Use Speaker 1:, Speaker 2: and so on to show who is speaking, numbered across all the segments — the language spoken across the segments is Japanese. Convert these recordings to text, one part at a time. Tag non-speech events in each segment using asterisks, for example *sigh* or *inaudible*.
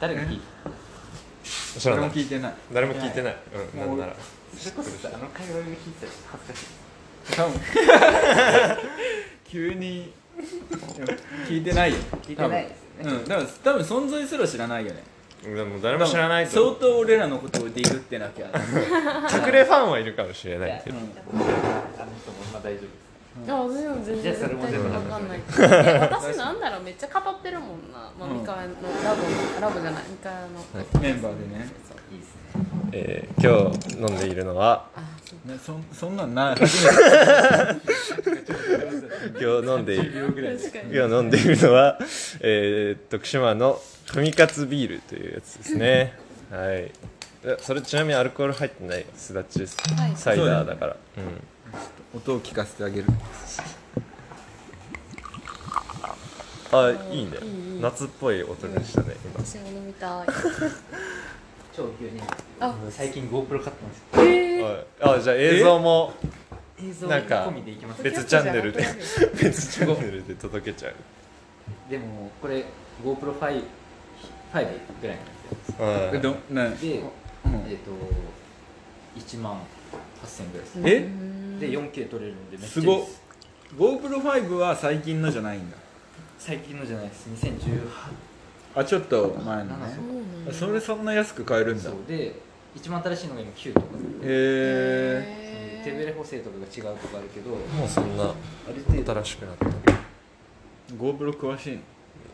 Speaker 1: 誰が聞い
Speaker 2: 知ら
Speaker 3: 誰
Speaker 2: な
Speaker 3: も
Speaker 2: い
Speaker 3: 聞いてない
Speaker 2: 誰も聞いてない、うん、な
Speaker 3: も
Speaker 2: ん
Speaker 3: う
Speaker 2: なら
Speaker 1: それこそさあの会話が聞いてたら恥ずかしい
Speaker 3: 多分急にいや聞いてないよ
Speaker 1: 聞いてないですよね
Speaker 3: うん多分多分存在すら知らないよね
Speaker 2: でも誰も知らないと
Speaker 3: 相
Speaker 2: 思う
Speaker 3: 当俺らのことをディグってなきゃ、
Speaker 2: 隠れファンはいるかもしれないけど
Speaker 3: う
Speaker 1: あの人も今大丈夫です
Speaker 4: あでも全
Speaker 1: じゃ
Speaker 4: 然
Speaker 1: あそれ
Speaker 4: 絶
Speaker 1: も
Speaker 4: 対
Speaker 1: 全部
Speaker 4: わかんないいや私なんだろうめっちゃ語ってるもんな、まあ、
Speaker 3: うん
Speaker 4: ミカエのラボのラボじゃないミカエの、
Speaker 2: はい
Speaker 3: ん、メンバーでね
Speaker 1: いいですね
Speaker 2: えー、今日飲んでいるの *laughs* は
Speaker 4: あそう
Speaker 3: ねそんそんなんない初め
Speaker 2: 今日飲んでい
Speaker 3: て
Speaker 2: る
Speaker 3: 秒ぐらい
Speaker 4: 確かに
Speaker 2: 今日飲んでいるの *laughs* は、えー、徳島のトミカツビールというやつですねはいえそれちなみにアルコール入ってないすだちです、
Speaker 4: はい
Speaker 2: サイダーだからう,、
Speaker 3: 音を聞かせてあげる
Speaker 2: んあいいね
Speaker 4: いいいい
Speaker 2: 夏っぽい音がしたね、今
Speaker 4: 私も飲みたい
Speaker 1: 超急に
Speaker 4: あ
Speaker 1: 最近 GoPro 買ったんですよ
Speaker 4: えー、
Speaker 2: はいあじゃあ映像も
Speaker 1: 映像
Speaker 2: なんか
Speaker 1: 込みでいきます
Speaker 2: 別チャンネルで
Speaker 4: ポッドキャスト
Speaker 2: 別チャンネルで届けちゃう
Speaker 1: でもこれ GoPro5 5ぐらいなんですよ
Speaker 2: はい
Speaker 3: えどね
Speaker 1: で、
Speaker 3: うん
Speaker 1: えっ、と1万8000円ぐらいです
Speaker 4: じゃなくなる
Speaker 3: え
Speaker 4: うーん
Speaker 1: で 4K 撮れるんでめっちゃいいです
Speaker 3: すごっ GoPro5 は最近のじゃないんだ
Speaker 1: 最近のじゃないです2018
Speaker 3: あちょっと前の
Speaker 1: そ
Speaker 3: ね
Speaker 4: そうなんだ
Speaker 3: それそんな安く買えるんだ
Speaker 1: そうで一番新しいのが今9とか
Speaker 3: へえ
Speaker 1: 手ぶれ補正とかが違うとかあるけど
Speaker 2: もうそんな
Speaker 1: ある程度
Speaker 2: 新しくなった
Speaker 3: GoPro 詳しいの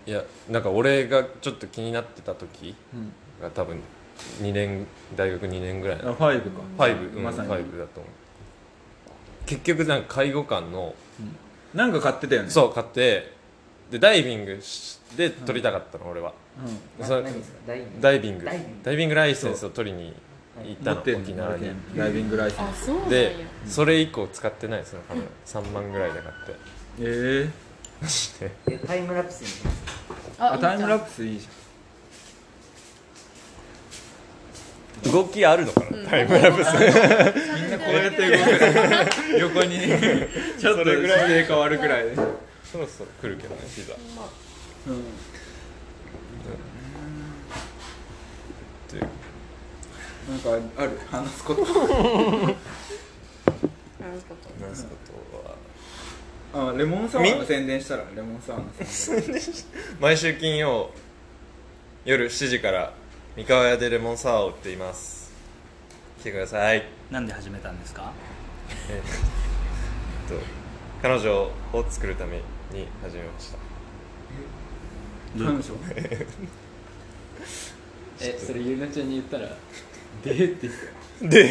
Speaker 2: いやなんか俺がちょっと気になってた時
Speaker 3: うん
Speaker 2: が多分2年大学2年ぐらい
Speaker 3: あ5か
Speaker 2: 5、うん、
Speaker 3: まさに
Speaker 2: 5だと思う結局なんか介護官の
Speaker 3: なんか買ってたよね
Speaker 2: そう買ってでダイビングしで撮りたかったの、俺は
Speaker 3: う
Speaker 1: な
Speaker 2: それ
Speaker 1: 何ですかダイニング
Speaker 2: ダイビング
Speaker 1: ダイビング
Speaker 2: ダイビングライセンスを取りに行っ
Speaker 3: ん
Speaker 2: た
Speaker 3: 持
Speaker 2: の
Speaker 3: ってん
Speaker 2: 沖
Speaker 3: の
Speaker 2: 縄に
Speaker 3: 俺ダイビングライセン
Speaker 4: あそうなんや
Speaker 2: でそれ以降使ってないそのカメラ3万ぐらいで買って
Speaker 3: スええ
Speaker 2: マジで
Speaker 1: えタイムラプスにします
Speaker 4: い
Speaker 3: あ
Speaker 4: いじゃん
Speaker 3: タイムラプスいいじ
Speaker 2: 動きあるのかな、タイムラプス
Speaker 4: みんな
Speaker 3: ゃんこうやって動くから横にちょっと姿勢変わるぐらいで
Speaker 2: そろそろ来るけどねピザ
Speaker 3: うん
Speaker 2: という
Speaker 3: なんかある話すこと
Speaker 2: 話すことは
Speaker 3: あレモンサワーの宣伝したらレモンサワーの宣伝
Speaker 2: 毎週金曜夜7時から三河屋でレモンサワーを売っています来てください
Speaker 5: なんで始めたんですか
Speaker 2: えっと彼女を作るために始めました
Speaker 3: 彼女
Speaker 1: えそれゆなちゃんに言ったら *laughs* 「で」って言って
Speaker 2: *laughs*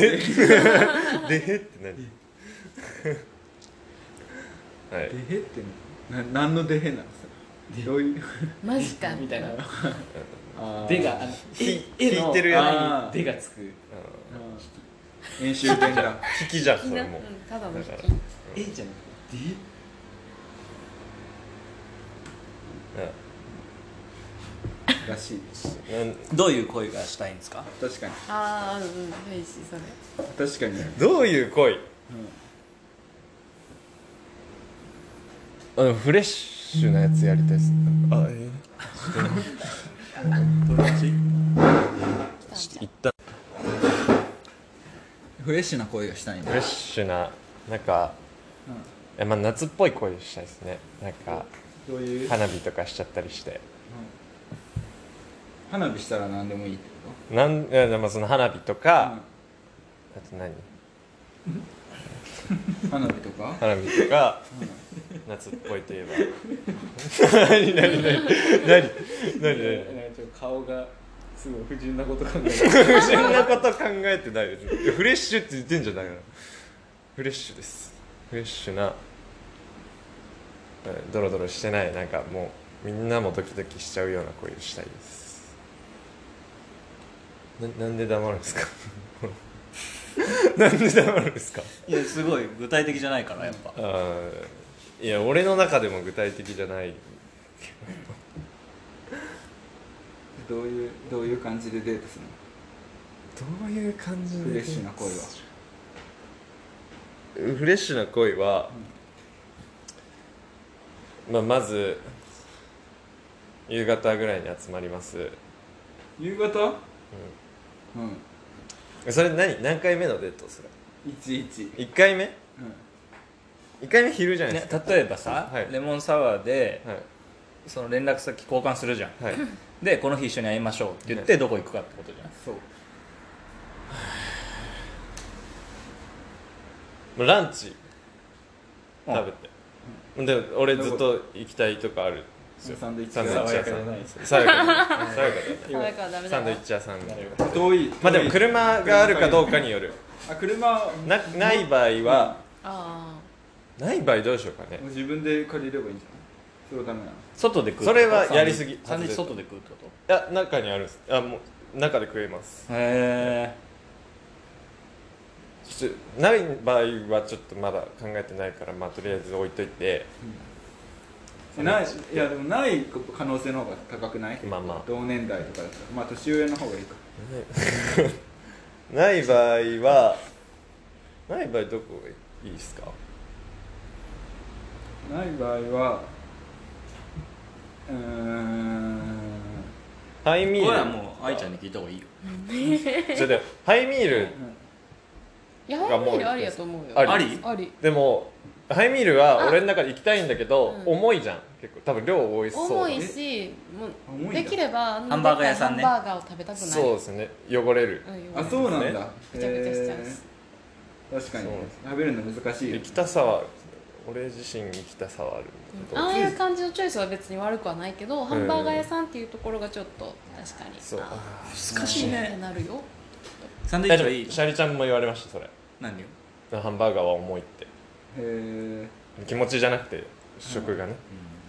Speaker 2: ででって何 *laughs* はい
Speaker 3: デヘってな何のデヘなんですかどういう
Speaker 4: マジか
Speaker 1: みたいな
Speaker 3: あ
Speaker 1: 「
Speaker 3: ー
Speaker 1: で」があの「
Speaker 2: ひ
Speaker 1: ええの
Speaker 2: 引いてるよね
Speaker 1: あーで」がつく
Speaker 2: あ
Speaker 3: あー演習弁だ
Speaker 2: の引きじゃんそ
Speaker 4: 引きな
Speaker 2: れ
Speaker 4: うん
Speaker 2: も
Speaker 4: ただの引き
Speaker 2: だか
Speaker 1: 「え」じゃなくて「で」
Speaker 3: らしい
Speaker 2: うんなん
Speaker 5: どういう恋がしたいんですか
Speaker 3: 確かに
Speaker 4: ああうんうんいいしそれ
Speaker 3: 確かに
Speaker 2: どういう恋あのフレッシュなやつやりたいですなんかあえ
Speaker 3: 友達
Speaker 2: え一旦
Speaker 3: フレッシュな声がしたいん
Speaker 2: フレッシュななんか、えまあ、夏っぽい恋したいですねなんか
Speaker 3: どういう
Speaker 2: 花火とかしちゃったりして
Speaker 3: 花火したら何でもいいってこ
Speaker 2: なんいやでもその花火と
Speaker 3: と
Speaker 2: か、あと何
Speaker 3: うん花火とか
Speaker 2: 花火とか、夏っぽいといえば *laughs* 何何何何 *laughs* 何
Speaker 1: な
Speaker 2: 何
Speaker 1: んかちょっと顔がすごい不純なこと考えて
Speaker 2: 不純なこと考えてないですいやフレッシュって言ってんじゃないのフレッシュですフレッシュなうんドロドロしてないなんかもうみんなもドキドキしちゃうような声をしたいですななんで黙るんですか *laughs* なんで黙るんですか
Speaker 5: いやすごい具体的じゃないからやっぱ
Speaker 2: あーいや俺の中でも具体的じゃない
Speaker 3: どういうどういう感じでデートする
Speaker 2: どういう感じ
Speaker 3: のフレッシュな声は
Speaker 2: フレッシュな恋は、まあ、まず夕方ぐらいに集まります
Speaker 3: 夕方うん
Speaker 2: それ何何回目のデートする
Speaker 3: 11
Speaker 2: ?1 回目
Speaker 3: うん、
Speaker 2: ?1 回目昼じゃないで
Speaker 6: ね
Speaker 2: すか、
Speaker 6: 例えばさ、
Speaker 2: はい
Speaker 6: レモンサワーで
Speaker 2: はい
Speaker 6: その連絡先交換するじゃん
Speaker 2: はい
Speaker 6: でこの日一緒に会いましょうって言ってどこ行くかってことじゃん
Speaker 3: そう
Speaker 2: もうランチ
Speaker 6: うん
Speaker 2: 食べて、で俺ずっと行きたいとかあるんですよ
Speaker 3: サンドイッチ
Speaker 2: サンドイッチ屋さん
Speaker 3: 爽やかじゃないです
Speaker 2: 爽やかだね爽やか
Speaker 4: 爽やかはダ
Speaker 2: だね
Speaker 4: メ
Speaker 2: サン
Speaker 4: だ
Speaker 2: ドイ
Speaker 4: な
Speaker 2: ッチ屋さんみたいな
Speaker 3: 遠い
Speaker 2: まあでも
Speaker 3: 遠い
Speaker 2: 車があるかどうかによる
Speaker 3: あ車
Speaker 2: なない場合は
Speaker 4: あ
Speaker 2: ない場合どうしようかね
Speaker 3: もう自分で借りればいいんじゃないそれはダメなの
Speaker 6: 外で食う
Speaker 2: それはやりすぎ
Speaker 6: 3日外で食うってこ
Speaker 2: いや中にあるんですあもう中で食えます
Speaker 6: とへ
Speaker 2: ちょっとない場合はちょっとまだ考えてないからまあとりあえず置いといて
Speaker 3: えないいやでもない可能性の方が高くない
Speaker 2: まあまあ
Speaker 3: 同年代とかだったらまあ年上の方がいいか
Speaker 2: ない場合はない場合どこがいいですか
Speaker 3: ない場合はうーん
Speaker 2: ハイ
Speaker 6: え
Speaker 2: ミ
Speaker 6: これは
Speaker 2: ー
Speaker 6: もう愛ちゃんに聞いた方がいいよ
Speaker 2: ルちょっと待ってハイミール
Speaker 4: あやはりビールありやと思うよ
Speaker 2: あり
Speaker 6: あり
Speaker 4: あり
Speaker 2: でもハイミールは俺の中で行きたいんだけど
Speaker 4: うん
Speaker 2: 重いじゃん結構多分量多いそうだ
Speaker 4: 重いしも
Speaker 3: 重
Speaker 4: う
Speaker 3: いんだ
Speaker 4: できればあんな
Speaker 6: ハンバーガー屋さんね
Speaker 4: ハンバーガーを食べたくない
Speaker 2: そうですね汚れる
Speaker 4: うん
Speaker 3: あそうなんだ、
Speaker 2: ね
Speaker 4: ぐちゃぐちゃしちゃうし
Speaker 3: えー確かに
Speaker 2: そう
Speaker 3: 食べるの難しいよ
Speaker 2: 行きたさは俺自身行きたさはあるんだけ
Speaker 4: あ
Speaker 2: ど
Speaker 4: あいう感じのチョイスは別に悪くはないけど、ハンバーガー屋さんっていうところがちょっと確かに
Speaker 2: そう
Speaker 4: あ
Speaker 6: 難しい
Speaker 4: ーって
Speaker 6: ね
Speaker 4: なるよ
Speaker 6: サンドイッ
Speaker 2: 大
Speaker 6: チ
Speaker 2: 丈
Speaker 6: はいい
Speaker 2: 夫シャリちゃんも言われましたそれ
Speaker 6: 何よ
Speaker 2: ハンバーガーは重いって
Speaker 3: へ
Speaker 2: 気持ちじゃなくて食がね、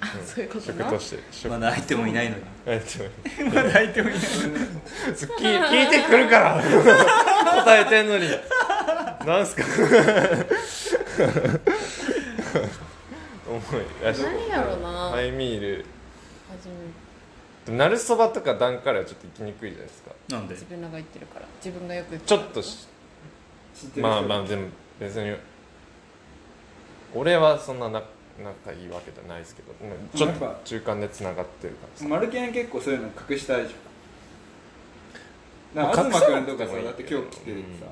Speaker 4: あそういうこと
Speaker 2: 食
Speaker 4: な
Speaker 2: として食
Speaker 6: まだ相手もいないのに
Speaker 2: えっと
Speaker 6: まだ相手もいない
Speaker 2: 聞聞いてくるから答えてんのになんすか重いよし
Speaker 4: 何やろうな、
Speaker 2: ハイミール
Speaker 4: 初め
Speaker 2: でもなるそばとか段からはちょっと行きにくいじゃないですか
Speaker 6: なんで
Speaker 4: 自分らが言ってるから自分がよく言
Speaker 2: ちょ
Speaker 4: る
Speaker 2: っとし
Speaker 3: ー知ってる人
Speaker 2: まあまあでも別に俺はそんなな仲いいわけじゃないですけどうんちょっ
Speaker 3: なん
Speaker 2: と
Speaker 3: か
Speaker 2: 中間でつながってる感じ
Speaker 3: マルケン結構そういうの隠したいじゃんなんか
Speaker 2: 隠
Speaker 3: 東
Speaker 2: さな
Speaker 3: 君
Speaker 2: くても
Speaker 3: とか
Speaker 2: いい
Speaker 3: さ
Speaker 2: よ
Speaker 3: だって今日来てるさ、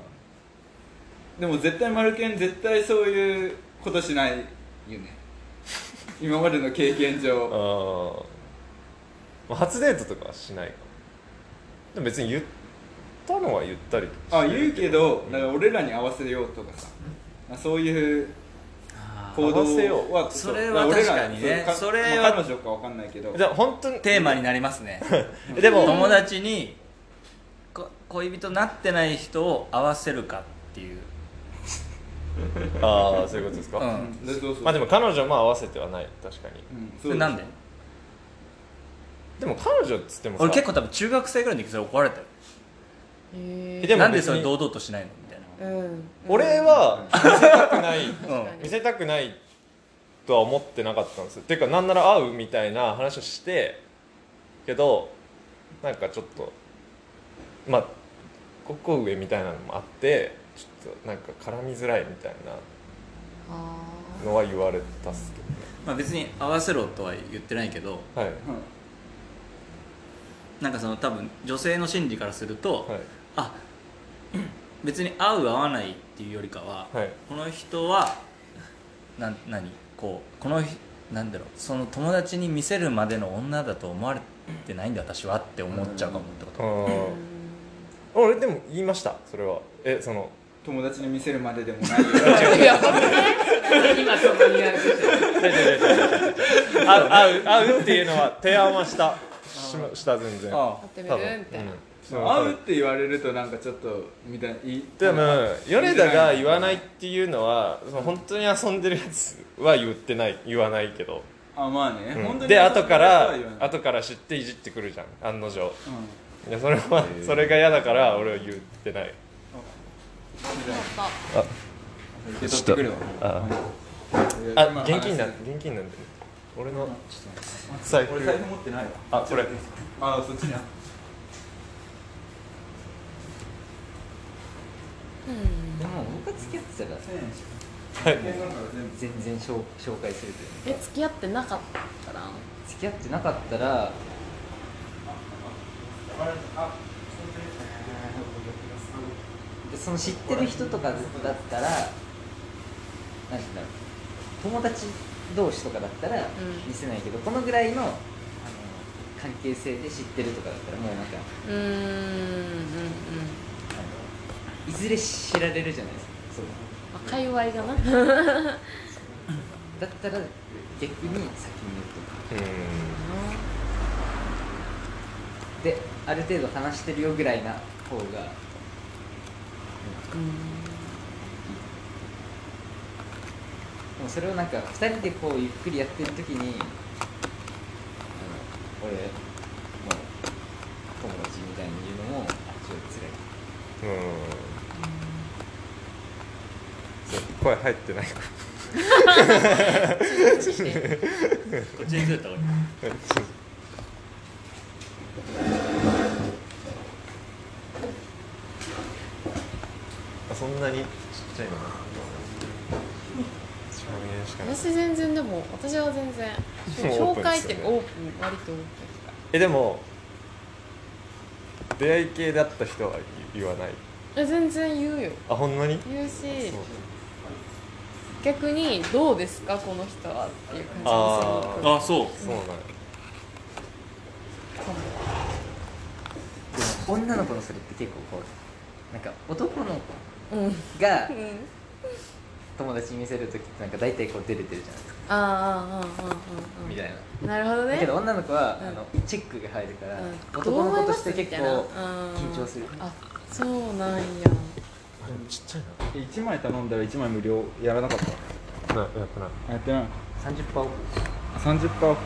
Speaker 3: でも絶対マルケン絶対そういうことしないよね *laughs* 今までの経験
Speaker 2: あ
Speaker 3: 上
Speaker 2: ーまあ初デートとかはしないかもでも別に言ったのは言ったりして
Speaker 3: あ
Speaker 2: る
Speaker 3: 言うけど
Speaker 2: うん
Speaker 3: だから俺らに合わせようとかさまあそういう
Speaker 6: あー
Speaker 3: 行動
Speaker 2: 合わせよう
Speaker 3: は
Speaker 6: それは
Speaker 3: まあ俺ら
Speaker 6: 確かにね
Speaker 3: そう
Speaker 6: それは
Speaker 3: まあ彼女かわかんないけど
Speaker 2: じゃあ本当に
Speaker 6: テーマになります *laughs* ね
Speaker 2: でも
Speaker 6: 友達にこ恋人なってない人を合わせるかっていう
Speaker 2: ああそういうことですか、
Speaker 6: うん
Speaker 3: うんでそうそう
Speaker 2: まあでも彼女も合わせてはない確かに
Speaker 3: うん
Speaker 6: そ
Speaker 3: そう
Speaker 6: れなんで
Speaker 2: でも彼女っつってもさ
Speaker 6: 俺結構多分中学生ぐらいの時それ怒られたよ
Speaker 4: へ
Speaker 2: え
Speaker 4: え
Speaker 2: でも
Speaker 6: なんで
Speaker 2: 別
Speaker 6: それ
Speaker 2: に
Speaker 6: 堂々としないのみたい
Speaker 4: うん
Speaker 2: 俺は見せたくない
Speaker 6: な、
Speaker 4: 確かに
Speaker 2: 見せたくないとは思ってなかったんですよていうかなんなら会うみたいな話をしてけどなんかちょっとまあここ上みたいなのもあってちょっとなんか絡みづらいみたい
Speaker 4: あ
Speaker 2: なのは言われたっすけ
Speaker 6: まあ、別に合わせろとは言ってないけど
Speaker 2: どね
Speaker 3: うん
Speaker 6: なんかその多分女性の心理からすると、
Speaker 2: はい
Speaker 6: あ別に合う合わないっていうよりかは、
Speaker 2: はい
Speaker 6: この人はなん何こうこのひなんだろうその友達に見せるまでの女だと思われてないんで私はって思っちゃうかもってこと、
Speaker 2: はい
Speaker 4: ー
Speaker 2: うん俺でも言いましたそれはえその
Speaker 3: 友達に見せるまででもないよ
Speaker 2: *laughs*
Speaker 4: いやごめんね今そこにやる
Speaker 2: 会う会う会うっていうのは提案はしたしました全然
Speaker 6: あ
Speaker 4: 会ってみ
Speaker 2: 多
Speaker 4: る
Speaker 2: 分
Speaker 4: みたいな、
Speaker 2: うん
Speaker 3: 会うって言われるとなんかちょっとみたいない
Speaker 2: でも米田が言わないっていうのはその本当に遊んでるやつは言ってない言わないけど、
Speaker 3: あまあね、
Speaker 2: うん
Speaker 3: 本当に
Speaker 2: で後から
Speaker 3: 言わない
Speaker 2: 後から知っていじってくるじゃん案の定い
Speaker 3: うん
Speaker 2: やそれはそれが嫌だから俺は言ってない
Speaker 4: そうか
Speaker 3: 受け取ってくるわ
Speaker 2: あ
Speaker 3: い
Speaker 2: あ
Speaker 3: や今
Speaker 2: 現金な
Speaker 3: 話し
Speaker 2: 現金なんで俺の
Speaker 3: て
Speaker 2: 財布
Speaker 3: 俺財布持ってないわ
Speaker 2: あこれ
Speaker 3: あそっちにあ
Speaker 4: うん
Speaker 1: でも僕が付き合ってたら
Speaker 3: 1000円し
Speaker 2: はい
Speaker 3: か100円だから全部
Speaker 1: 全然紹紹介するという
Speaker 4: え
Speaker 1: か
Speaker 4: 付き合ってなかったら
Speaker 1: 付き合ってなかったらでその知ってる人とかだったらなんて言うんだろう友達同士とかだったら見せないけど、このぐらいのあの関係性で知ってるとかだったらもうなんか
Speaker 4: うんうんうん
Speaker 1: あのいずれ知られるじゃないですかそう
Speaker 4: まあ界隈がな
Speaker 1: だったら逆に先に言うとかである程度話してるよぐらいな方がでもそれをなんか2人でこうゆっくりやってる時にあの俺もう友達みたいに言うのもあっちょっと辛い
Speaker 2: うんうんそう声入ってないか
Speaker 6: こっちに来ると
Speaker 2: あそんなにちっちゃいの1円しかない
Speaker 4: 私全然でも私は全然
Speaker 2: もうオープ
Speaker 4: 紹
Speaker 2: ンで
Speaker 4: 介っ
Speaker 2: す
Speaker 4: て
Speaker 2: よね
Speaker 4: いうかオープン割とオープ
Speaker 2: えでも出会い系だった人は言わない
Speaker 4: ンえ全然言うよ
Speaker 2: あほんまに
Speaker 4: 言うし
Speaker 2: そう
Speaker 4: 逆に「どうですかこの人は」っていう感じ
Speaker 2: あー
Speaker 4: が
Speaker 6: あそう
Speaker 2: そうなんや
Speaker 4: するかも
Speaker 1: でも女の子のそれって結構こうなんか男の子
Speaker 4: うんうん
Speaker 1: が友達に見せる時ってなんか大体こう出れてるじゃないですか
Speaker 4: あーあーあーあーあー
Speaker 1: みたいな
Speaker 4: なるほど
Speaker 1: だ
Speaker 4: ね
Speaker 1: けど女の子は、
Speaker 4: うん
Speaker 1: あのチェックが入るから、
Speaker 4: うん
Speaker 1: 男の子として
Speaker 4: ど
Speaker 1: 結
Speaker 4: う思い
Speaker 1: 構
Speaker 4: ますみたいなうん
Speaker 1: 緊張する
Speaker 4: あそうなん
Speaker 2: あで
Speaker 4: や
Speaker 2: もちっちゃい
Speaker 3: 1枚頼んだら1枚無料やらなかった
Speaker 2: なないやってない
Speaker 3: あやってない
Speaker 1: 30%オフ
Speaker 3: 30%オフ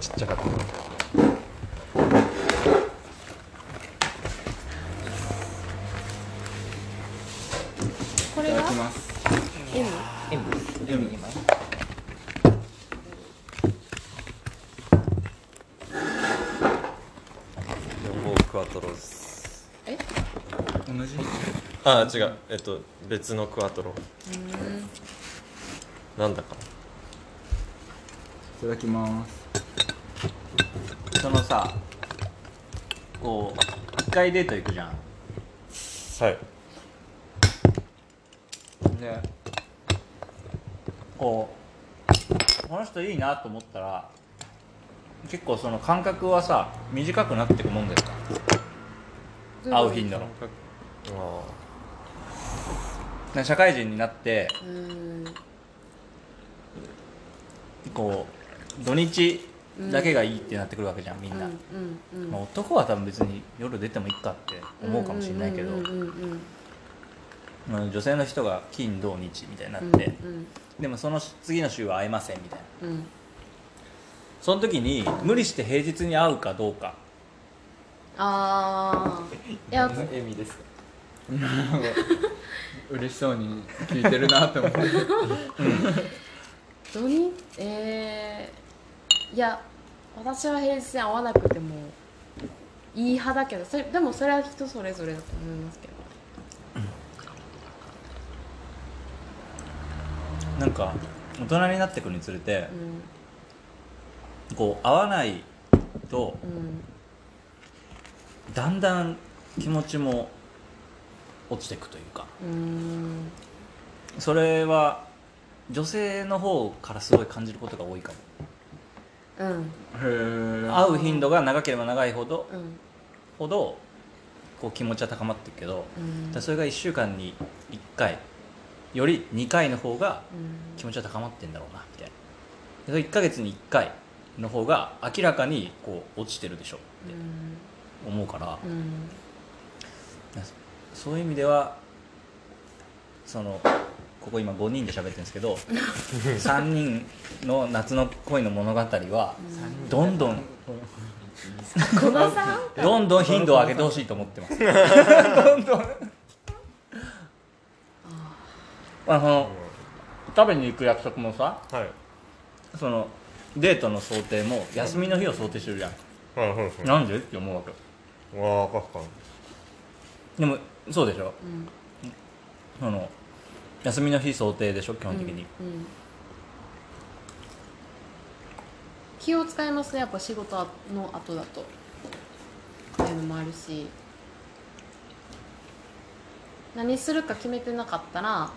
Speaker 2: ちっちゃかったな
Speaker 4: こ
Speaker 3: い
Speaker 4: れ
Speaker 3: ただ
Speaker 4: は
Speaker 3: きます
Speaker 4: いいの
Speaker 1: M
Speaker 3: でも
Speaker 1: 今
Speaker 2: もうクワトロです
Speaker 4: え
Speaker 3: 同じ
Speaker 2: あ違うえっと別のクワトロなんだか
Speaker 3: いただきます
Speaker 6: そのさこう一回デート行くじゃん
Speaker 2: はい
Speaker 6: でこうこの人いいなと思ったら結構その間隔はさ短くなってくもんですか会う頻度の
Speaker 2: あ
Speaker 6: ね社会人になって
Speaker 4: うん
Speaker 6: こう土日だけがいいってなってくるわけじゃんみんな、
Speaker 4: うんうん
Speaker 6: まあ、男は多分別に夜出てもいいかって思うかもしれないけど、
Speaker 4: うんうんうんうん
Speaker 6: まあ女性の人が金土日みたいになっ
Speaker 4: うん
Speaker 6: て、
Speaker 4: うん
Speaker 6: でもその次の週は会えませんみたいな
Speaker 4: うん
Speaker 6: その時に無理して平日に会うかどうか
Speaker 4: ああいや
Speaker 1: エミですか
Speaker 3: 嬉しそうに聞いてるなって思って
Speaker 4: 土日えー、いや私は平日に会わなくてもいい派だけどそれでもそれは人それぞれだと思いますけど
Speaker 6: なんか大人になってくるにつれて
Speaker 4: う、ん
Speaker 6: こう会わないと
Speaker 4: うん
Speaker 6: だんだん気持ちも落ちていくというか
Speaker 4: うーん
Speaker 6: それは女性の方からすごい感じることが多いかも
Speaker 4: うん
Speaker 3: へえ
Speaker 6: 会う頻度が長ければ長いほど
Speaker 4: うん
Speaker 6: ほどこう気持ちは高まっていくけど
Speaker 4: うん
Speaker 6: だからそれが1週間に1回より2回の方が
Speaker 4: うん
Speaker 6: 気持ちは高まってんだろうなみたいなでそれ1ヶ月に1回の方が明らかにこう落ちてるでしょって思うから、
Speaker 4: うん
Speaker 6: そういう意味ではそのここ今5人で喋ってるんですけど3人の夏の恋の物語はどんどん
Speaker 4: 小田さん
Speaker 6: どんどん頻度を上げてほしいと思ってますどんどん *laughs* あの食べに行く約束もさ
Speaker 2: あはい
Speaker 6: そのデートの想定も休みの日を想定してるじゃん、
Speaker 2: うんうんうん
Speaker 6: なんでって思うわけ
Speaker 2: うわあ確かに
Speaker 6: でもそうでしょ
Speaker 4: うん
Speaker 6: その休みの日想定でしょ基本的に、
Speaker 4: うん気を使いますねやっぱ仕事の後だとっていうのもあるし何するか決めてなかったら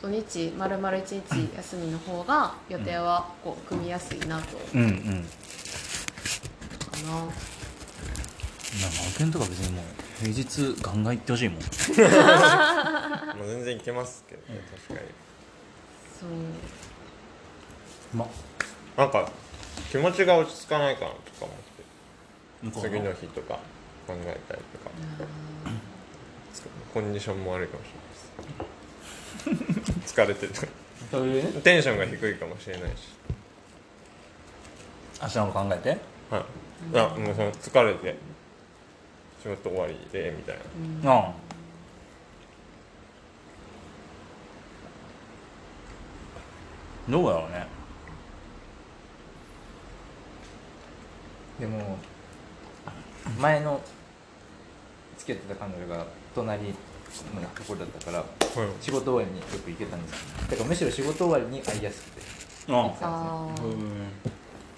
Speaker 4: 土日丸々一日休みの方が予定はこう組みやすいなと
Speaker 6: うんうん
Speaker 4: か
Speaker 6: ま
Speaker 4: な、
Speaker 6: あマウケンとか別にもう平日ガンガン行ってほしいもん
Speaker 2: まあ、全然いけますけどね確かに
Speaker 4: そう
Speaker 6: ま
Speaker 2: なんか気持ちが落ち着かないかなとか思って
Speaker 6: 向こう
Speaker 2: 次
Speaker 6: の
Speaker 2: の日とか考えたりとか
Speaker 4: あ
Speaker 2: コンディションも悪いかもしれないです疲れてる
Speaker 7: そういうね
Speaker 2: テンションが低いかもしれないし
Speaker 6: 明日のこと考えて
Speaker 2: はいあもうその疲れて仕事終わりでみたいな
Speaker 4: ーうん
Speaker 6: ああどうやろうね
Speaker 1: でも前の付き合ってた彼女が隣のところだったから
Speaker 2: はい
Speaker 1: 仕事終わりによく行けたんですよだからむしろ仕事終わりに会いやすくて
Speaker 6: うん
Speaker 4: あー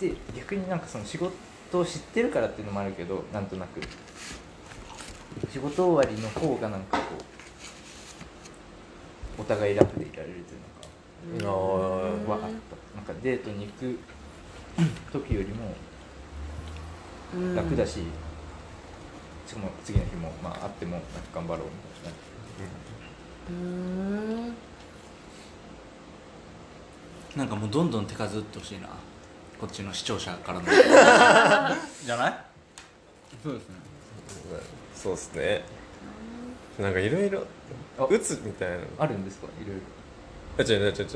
Speaker 1: で逆になんかその仕事を知ってるからっていうのもあるけどなんとなく仕事終わりの方がなんかこうお互い楽でいられるという
Speaker 4: うん
Speaker 1: のかはあったなんかデートに行く時よりも
Speaker 4: うん
Speaker 1: 楽だし、しかも次の日も、まあ、会ってもなんか頑張ろうみたいな
Speaker 4: うーん
Speaker 6: なんかもうどんどん手数打ってほしいなこっちの視聴者からのじゃない
Speaker 8: そうですね
Speaker 2: そうですねなんかいろいろ
Speaker 1: あ
Speaker 2: 打つみたいな
Speaker 1: あるんですかいろいろ
Speaker 2: あ違う違う違う違う違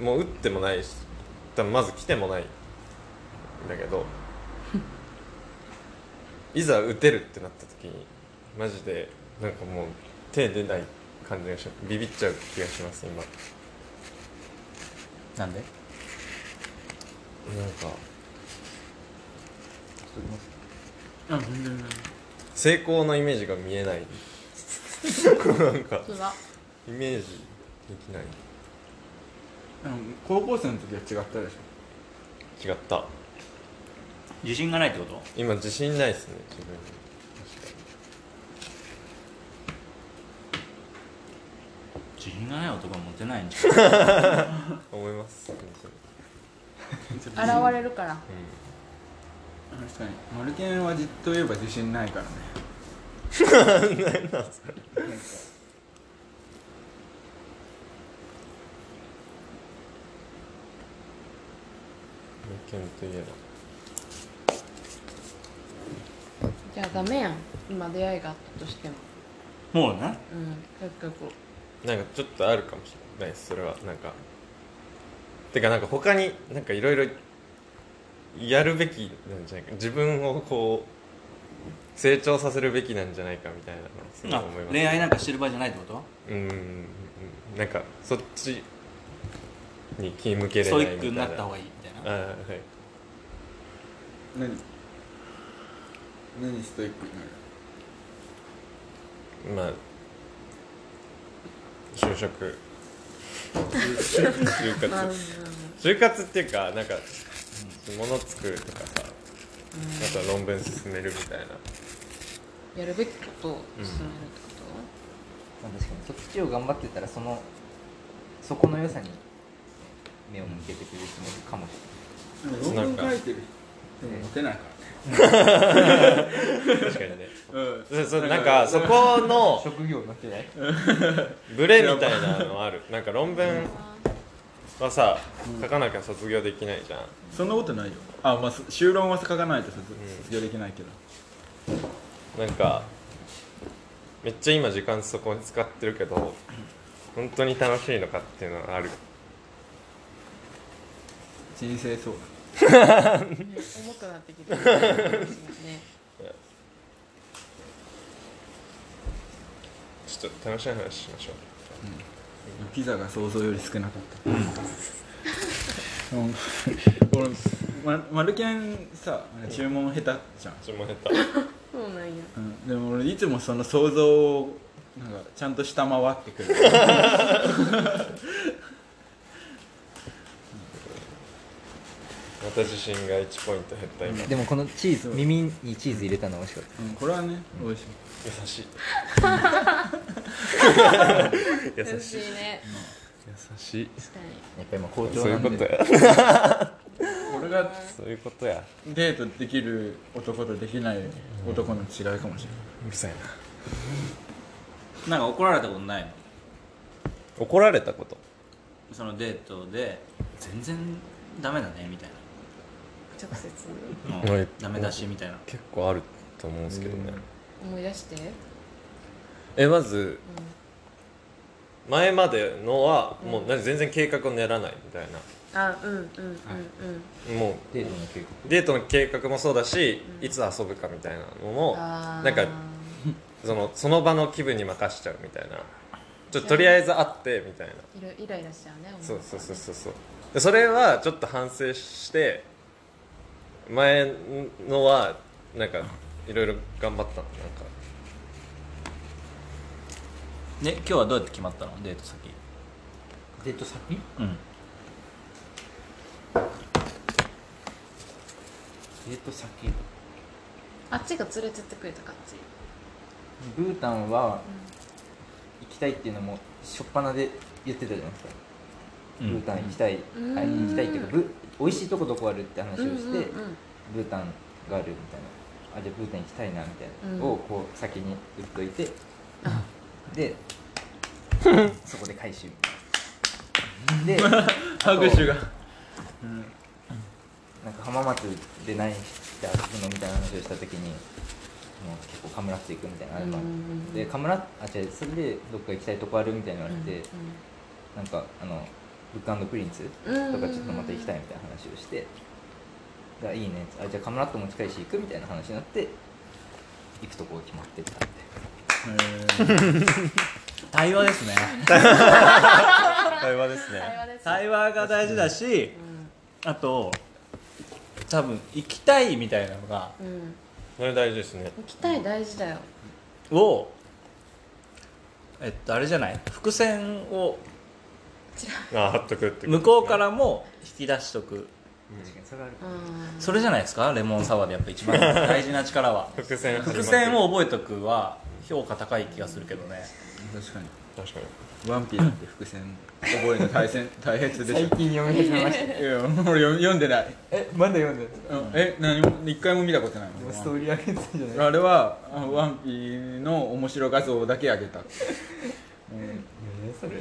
Speaker 2: うもう打ってもないし多分まず来てもないんだけ
Speaker 6: *laughs*
Speaker 2: どいざ打てるってなった時にマジでなんかもう手出ない感じがしビビっちゃう気がします今
Speaker 6: なんで
Speaker 2: なんか
Speaker 1: ちょっと待って
Speaker 2: 成功のイメージが見え
Speaker 6: *laughs*
Speaker 2: ないなんか
Speaker 4: そうだ
Speaker 2: イメージできない
Speaker 8: 高校生の時は違ったでし
Speaker 2: 違った
Speaker 6: 自信がないってこと
Speaker 2: 今自信ないですね自分に
Speaker 6: 自信がない男はモテないんじ
Speaker 2: 思います本当に
Speaker 4: 現れるから
Speaker 8: ょ確かにマルケンはじっと言えば自信ないからね何なんす
Speaker 2: うん意見といえば
Speaker 4: じゃあダメやん今出会いがあったとしても
Speaker 6: ゃんもうね
Speaker 4: うん結局
Speaker 2: なんかちょっとあるかもしれないですそれはなんかてかなんか他になんかいろいろやるべきなんじゃないか自分をこう成長させるべきなんじゃないかみたいなのをすごい
Speaker 6: あ
Speaker 2: 思います
Speaker 6: 恋愛なんかしてる場合じゃないってこと
Speaker 2: うんうんうんなんかそっちに気向けれ
Speaker 6: ス
Speaker 2: ない
Speaker 6: ト
Speaker 2: みたいな
Speaker 6: イックになった方がいいみたい
Speaker 2: あ
Speaker 6: な
Speaker 2: ーはい
Speaker 8: か何何ストイックになる
Speaker 2: まあ就職就
Speaker 4: なる
Speaker 2: 活就活っていうかなんか物作るとかさまた論文進めるみたいな
Speaker 4: やるべきことを進めるってこ
Speaker 9: まあ確かにそっちを頑張ってたらそのそこの良さに目を向けてくれる人もいるかもし
Speaker 2: そう
Speaker 8: 論文
Speaker 2: なんか
Speaker 8: 書いてる人もモテないか
Speaker 2: 確かにね
Speaker 8: らね
Speaker 2: そそなんかそこ
Speaker 9: れ
Speaker 2: の
Speaker 9: ない職業の違い
Speaker 2: ブレみたいなのあるなんか論文はさ書かなきゃ卒業できないじゃん
Speaker 8: そんなことないよあまあそ修論は書かないと卒卒業できないけど
Speaker 2: なんかめっちゃ今時間そこに使ってるけど本当に楽しいのかっていうのはある
Speaker 8: 人生相談
Speaker 4: と
Speaker 2: *laughs*
Speaker 4: ね重くなってきてるね
Speaker 2: ちょっと楽しい話しましょう
Speaker 8: ピザが想像より少なかった。うん俺ま、マルケンさあれ注文下手じゃん、
Speaker 2: 注文減った
Speaker 4: そうなんや
Speaker 8: うん、でも俺いつもその想像をなんかちゃんと下回ってくる
Speaker 2: また自信が1ポイント減った今
Speaker 1: でもこのチーズ耳にチーズ入れたの美味しかっ
Speaker 8: うんこれはね美味しい
Speaker 2: 優 *laughs* しい優
Speaker 4: 優
Speaker 2: し
Speaker 4: し
Speaker 2: い
Speaker 4: いね
Speaker 2: 優しい
Speaker 4: 確か
Speaker 1: たや
Speaker 4: に
Speaker 1: っぱ今好調
Speaker 2: そうい
Speaker 1: な
Speaker 2: うんこ
Speaker 1: で
Speaker 2: とや
Speaker 8: 俺が
Speaker 2: そういうことや
Speaker 8: デートできる男とできない男の違いかもしれ
Speaker 2: うるさいな
Speaker 6: なんか怒られたことないの
Speaker 2: 怒られたこと
Speaker 6: そのデートで全然ダメだねみたい
Speaker 4: 直接
Speaker 6: な、
Speaker 2: うん
Speaker 6: ダメ出しみたいな
Speaker 2: 結構あると思うんですけどね
Speaker 4: 思い出して
Speaker 2: えまず前までのはもう何全然計画を練らないみたいな
Speaker 4: あうんうんうんうん
Speaker 2: もう
Speaker 1: デートの計画
Speaker 2: デートの計画もそうだしいつ遊ぶかみたいなのも
Speaker 4: あー
Speaker 2: なんかそのその場の気分に任しちゃうみたいなちょっととりあえず会ってみたいない
Speaker 4: ろイライラしちゃうね
Speaker 2: そうそうそうそうそうでそれはちょっと反省して前のはなんかいろいろ頑張ったのなんか
Speaker 6: で今日はどうやって決まったのデート先
Speaker 9: デート先
Speaker 6: うん
Speaker 9: デート先
Speaker 4: あっちが連れてってくれた感じ
Speaker 1: ブータンは行きたいっていうのも初っ端で言ってたじゃないですか、
Speaker 6: うん
Speaker 1: ブータン行きたい、
Speaker 4: ん
Speaker 1: 会いに行きたいっていうかブ美味しいとこどこあるって話をして、
Speaker 4: うんうん
Speaker 1: ブータンがあるみたいなあじゃあブータン行きたいなみたいな、
Speaker 4: うん
Speaker 1: をこう先に言っとい
Speaker 4: *laughs*
Speaker 1: て
Speaker 4: あ
Speaker 1: でそこで回収みたいなで
Speaker 8: ない拍手が
Speaker 1: なんか浜松で何して遊ぶのみたいな話をした時にもう結構カムラって行くみたいなのあれば、
Speaker 4: うんうんうん
Speaker 1: でカムラあ違うそれでどっか行きたいとこあるみたいな
Speaker 4: う
Speaker 1: 言わ
Speaker 4: ん
Speaker 1: れて、なんかあのブックプリンツ
Speaker 4: うん
Speaker 1: とかちょっとまた行きたいみたいな話をして「がいいね」あじゃあカムラット持ち返し行く」みたいな話になって行くとこが決まってったって
Speaker 8: *laughs*
Speaker 6: 対話ですね
Speaker 2: 会話ですね
Speaker 4: 会話です
Speaker 6: 対話が大事だしあと多分行きたいみたいなのが
Speaker 4: うんうん
Speaker 2: それ大事ですね
Speaker 4: 行きたい大事だよ
Speaker 6: をえっとあれじゃない伏線を
Speaker 2: あー貼っとくってこと
Speaker 6: 向こうからも引き出しとく
Speaker 1: 確かにそれはある
Speaker 4: うん
Speaker 6: それじゃないですかレモンサワーでやっぱ一番大事な力は
Speaker 2: 伏線始まってる
Speaker 6: 伏線を覚えとくは評価高い気がするけどね
Speaker 8: 確かに
Speaker 2: 確かに
Speaker 8: ワンピースって伏線覚えるの大変 *laughs* 大変でしょ
Speaker 1: 最近読み始めました
Speaker 8: い
Speaker 1: *laughs*
Speaker 8: や俺読読んでない、
Speaker 1: えまだ読んでるんですか
Speaker 8: うん、え何も一回も見たことないもん
Speaker 1: ストーリー上げてたじゃない
Speaker 8: あれは「あワンピーの面白画像だけあげた、うん
Speaker 1: それ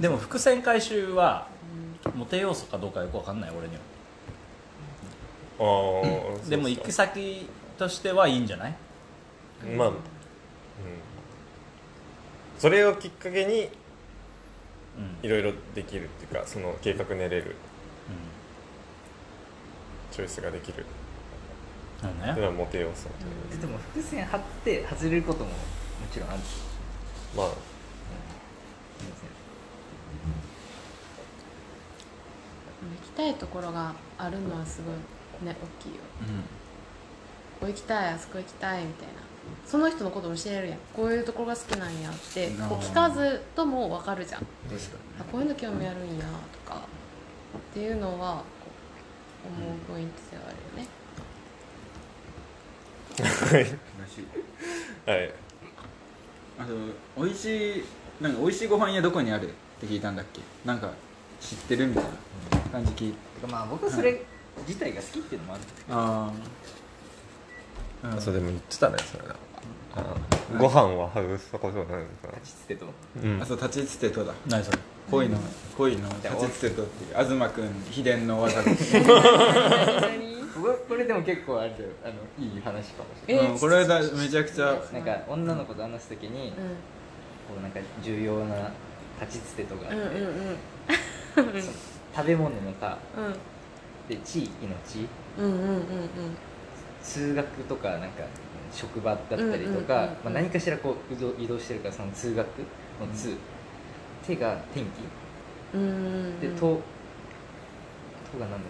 Speaker 6: でも伏線回収はモテ要素かどうかよくわかんない俺には
Speaker 2: ああ
Speaker 6: でも行く先としてはいいんじゃない
Speaker 2: まあ、うん、それをきっかけに
Speaker 6: うん
Speaker 2: いろいろできるっていうかその計画練れるチョイスができる
Speaker 6: うん
Speaker 2: と
Speaker 6: なん
Speaker 2: いうの
Speaker 6: だね
Speaker 2: はモテ要素という
Speaker 1: えでも伏線張って外れることももちろんあるし
Speaker 2: まあ
Speaker 4: 行きたいところがあるのはすごいね大きいよここ行きたいあそこ行きたいみたいなその人のことも知れるやんこういうところが好きなんやって
Speaker 8: なあ
Speaker 4: こう聞かずとも分かるじゃん
Speaker 8: 確か
Speaker 4: あこういうの興味あるんやとかっていうのはこう思うポイントではあるよ
Speaker 8: に
Speaker 4: ね
Speaker 8: らしい
Speaker 2: はい
Speaker 8: あと美味しいなんか美味しいご飯屋どこにあるって聞いたんだっけなんか知ってるみたいな感じ聞いて
Speaker 1: てかまあ僕はそれ自体が好きっていうのもある
Speaker 8: ああ、うん、
Speaker 2: それでも言ってたねそれなあーご飯は外したことないのかな
Speaker 1: 立ちつてと
Speaker 2: うん
Speaker 8: あそう立ちつてとだ
Speaker 6: 何それ
Speaker 8: 恋の恋の立ちつてとっていう東君秘伝の
Speaker 1: *laughs*
Speaker 8: 技です、
Speaker 1: 僕はこれでも結構あるよあのいい話かもしれ
Speaker 4: え
Speaker 8: うん、これだめちゃくちゃ
Speaker 1: ないなんか女の子と話す時に
Speaker 4: う
Speaker 1: こうなんか重要な立ちつてとかあっ
Speaker 4: ん
Speaker 1: て、
Speaker 4: うんうん
Speaker 1: 食べ物のか
Speaker 4: うん
Speaker 1: で地域の地
Speaker 4: うんうんうんうん
Speaker 1: 通学とかなんか職場だったりとか、
Speaker 4: うんうんうんうん
Speaker 1: まあ、何かしらこう移動移動してるからその通学の通、手が天気
Speaker 4: うんうん
Speaker 1: で「と」とがなんだっ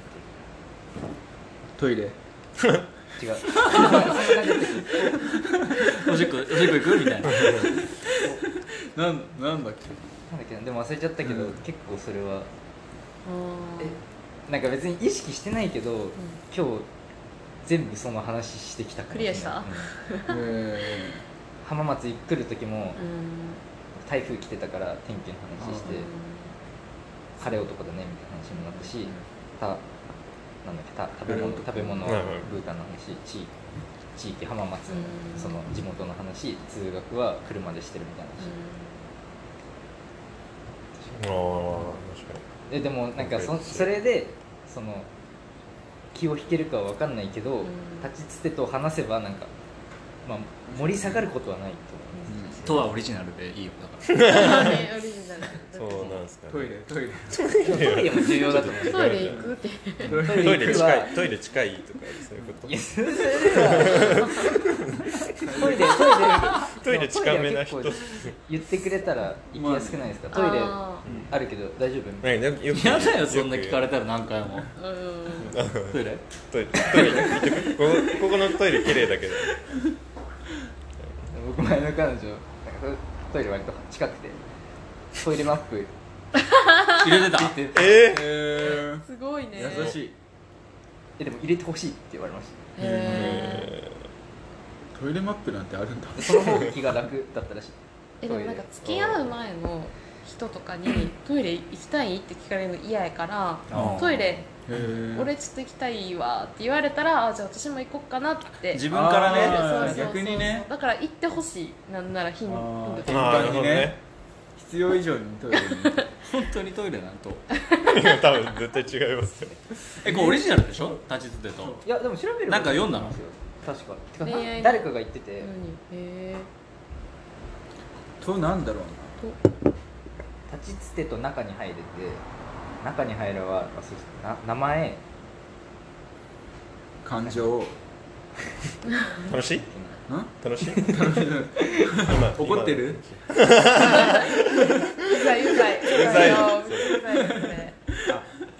Speaker 8: トイレ
Speaker 1: け違う
Speaker 4: *laughs*
Speaker 6: おしっこおしっこ行くみたいな
Speaker 3: *laughs* なんなんだっけ
Speaker 1: なんだっけなでも忘れちゃったけど、
Speaker 3: うん
Speaker 1: 結構それは
Speaker 4: うん
Speaker 1: なんか別に意識してないけど、今日全部その話してきたから、
Speaker 4: クリアした
Speaker 1: うん
Speaker 3: え
Speaker 1: 浜松来る時も
Speaker 4: うん
Speaker 1: 台風来てたから天気の話して、晴れ男だねみたいな話もなったし、たなんだっけた食べ物食べ物
Speaker 2: うん
Speaker 1: ブータンの話地域地域浜松の
Speaker 4: うん
Speaker 1: その地元の話通学は車でしてるみたいな話、
Speaker 2: ああ確かに
Speaker 1: えでもなんかそ
Speaker 2: そうです
Speaker 1: それでその気を引けるかは分かんないけど、
Speaker 4: ん
Speaker 1: 立ちつてと話せばなんか、まあ、盛り下がることはないと *laughs*
Speaker 6: とはオリジナルでいいよだから
Speaker 4: オリジナル
Speaker 2: そうなんですか、ね、
Speaker 3: トイレトイレ
Speaker 1: 思うトイレも重要だと思う
Speaker 4: トイレ行くって
Speaker 2: トイレ近いトイレ近いとかそういうこと
Speaker 1: いやそれはトイレト
Speaker 2: ト
Speaker 1: イレ
Speaker 2: イレ近めな人
Speaker 1: トイレは結構言ってくれたら行きやすくないですか、トイレ
Speaker 4: あ
Speaker 1: あるけど大丈夫みたい
Speaker 2: ねよくよく
Speaker 6: 嫌だよそんな聞かれ
Speaker 2: よ
Speaker 6: たら何回も
Speaker 4: ーうん
Speaker 6: トイレ
Speaker 2: くトイレトイレ見てここここのトイレ綺麗だけど
Speaker 1: な僕前の彼女なんかトイレ割と近くてトイレマップ
Speaker 6: 入れてた
Speaker 2: えー、
Speaker 3: え
Speaker 4: すごいね
Speaker 3: 優しい
Speaker 1: えでも入れてほしいって言われまし
Speaker 4: へー
Speaker 3: トイレマップなんてあるんだ
Speaker 1: たその方が気が楽だったらしい
Speaker 4: えでもなんか付き合う前の人とかに「トイレ行きたい?」って聞かれるの嫌やから
Speaker 6: あ
Speaker 4: 「
Speaker 6: ー
Speaker 4: トイレ
Speaker 3: へえ
Speaker 4: 俺ちょっと行きたいわ」って言われたら「あじゃあ私も行こっかな」って
Speaker 6: 自分から
Speaker 4: そうそうそ
Speaker 6: ね
Speaker 4: うそう
Speaker 3: 逆にね
Speaker 4: だから行ってほしいなんなら頻
Speaker 3: あー
Speaker 4: 頻度
Speaker 3: あ
Speaker 4: 高
Speaker 2: な
Speaker 4: い
Speaker 2: るほどね
Speaker 3: 必要以上にトイレに
Speaker 6: 本当にトイレなんと
Speaker 2: *laughs* 多分絶対違いますよ
Speaker 6: えこれオリジナルでしょ立ちつてと
Speaker 1: いやでも調べる
Speaker 6: なんか読んだの
Speaker 1: 確かてか
Speaker 4: 恋愛の
Speaker 1: 誰かが言ってて、
Speaker 4: 何へえ
Speaker 3: となんだろうな
Speaker 1: 立ちつてと中に入れて中に入れはあそうですな名前
Speaker 3: 感情ん
Speaker 2: 楽しい楽しい今
Speaker 3: 怒ってる
Speaker 4: うざいうざいうざいようざいよね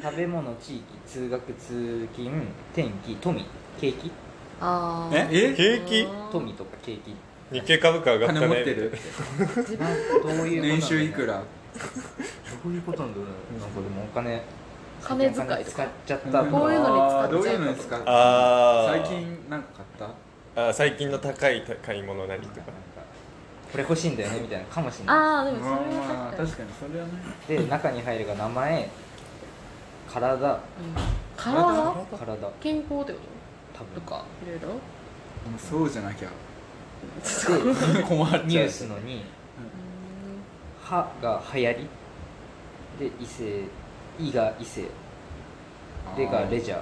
Speaker 1: 食べ物地域通学通勤天気富景気
Speaker 4: あー
Speaker 3: *laughs* ええ
Speaker 2: 平気
Speaker 1: 富とか景気
Speaker 2: 日経株価上がった
Speaker 3: 金
Speaker 2: ね
Speaker 3: 持ってる
Speaker 4: 自分
Speaker 1: どういうことなんだろうね
Speaker 3: 年収いくら
Speaker 1: どういうことなんだろうねなんかでもお金
Speaker 4: 金遣いとか
Speaker 1: 使っちゃった
Speaker 4: こういうの
Speaker 3: あ
Speaker 4: に使っちゃう
Speaker 3: ーどういうのに使っ
Speaker 2: あ
Speaker 3: 最
Speaker 2: ー
Speaker 3: 近なんか買っ
Speaker 2: あー最近の高い買い物何とか
Speaker 1: これ欲しいんだよねみたいなかもしれな
Speaker 4: ああで
Speaker 3: た
Speaker 4: もそれは
Speaker 3: あー
Speaker 4: 確かに
Speaker 3: 確かにそれはね
Speaker 1: いで中に入るが名前体
Speaker 4: 体
Speaker 1: 体多
Speaker 4: 健康ってこ
Speaker 1: 分
Speaker 4: ととかいろい
Speaker 3: で
Speaker 4: ろ
Speaker 3: もそうじゃなきゃ
Speaker 1: で
Speaker 3: 困っちゃう
Speaker 1: ニュースのに歯が流行りで異性「い」が異性「で」がレジャ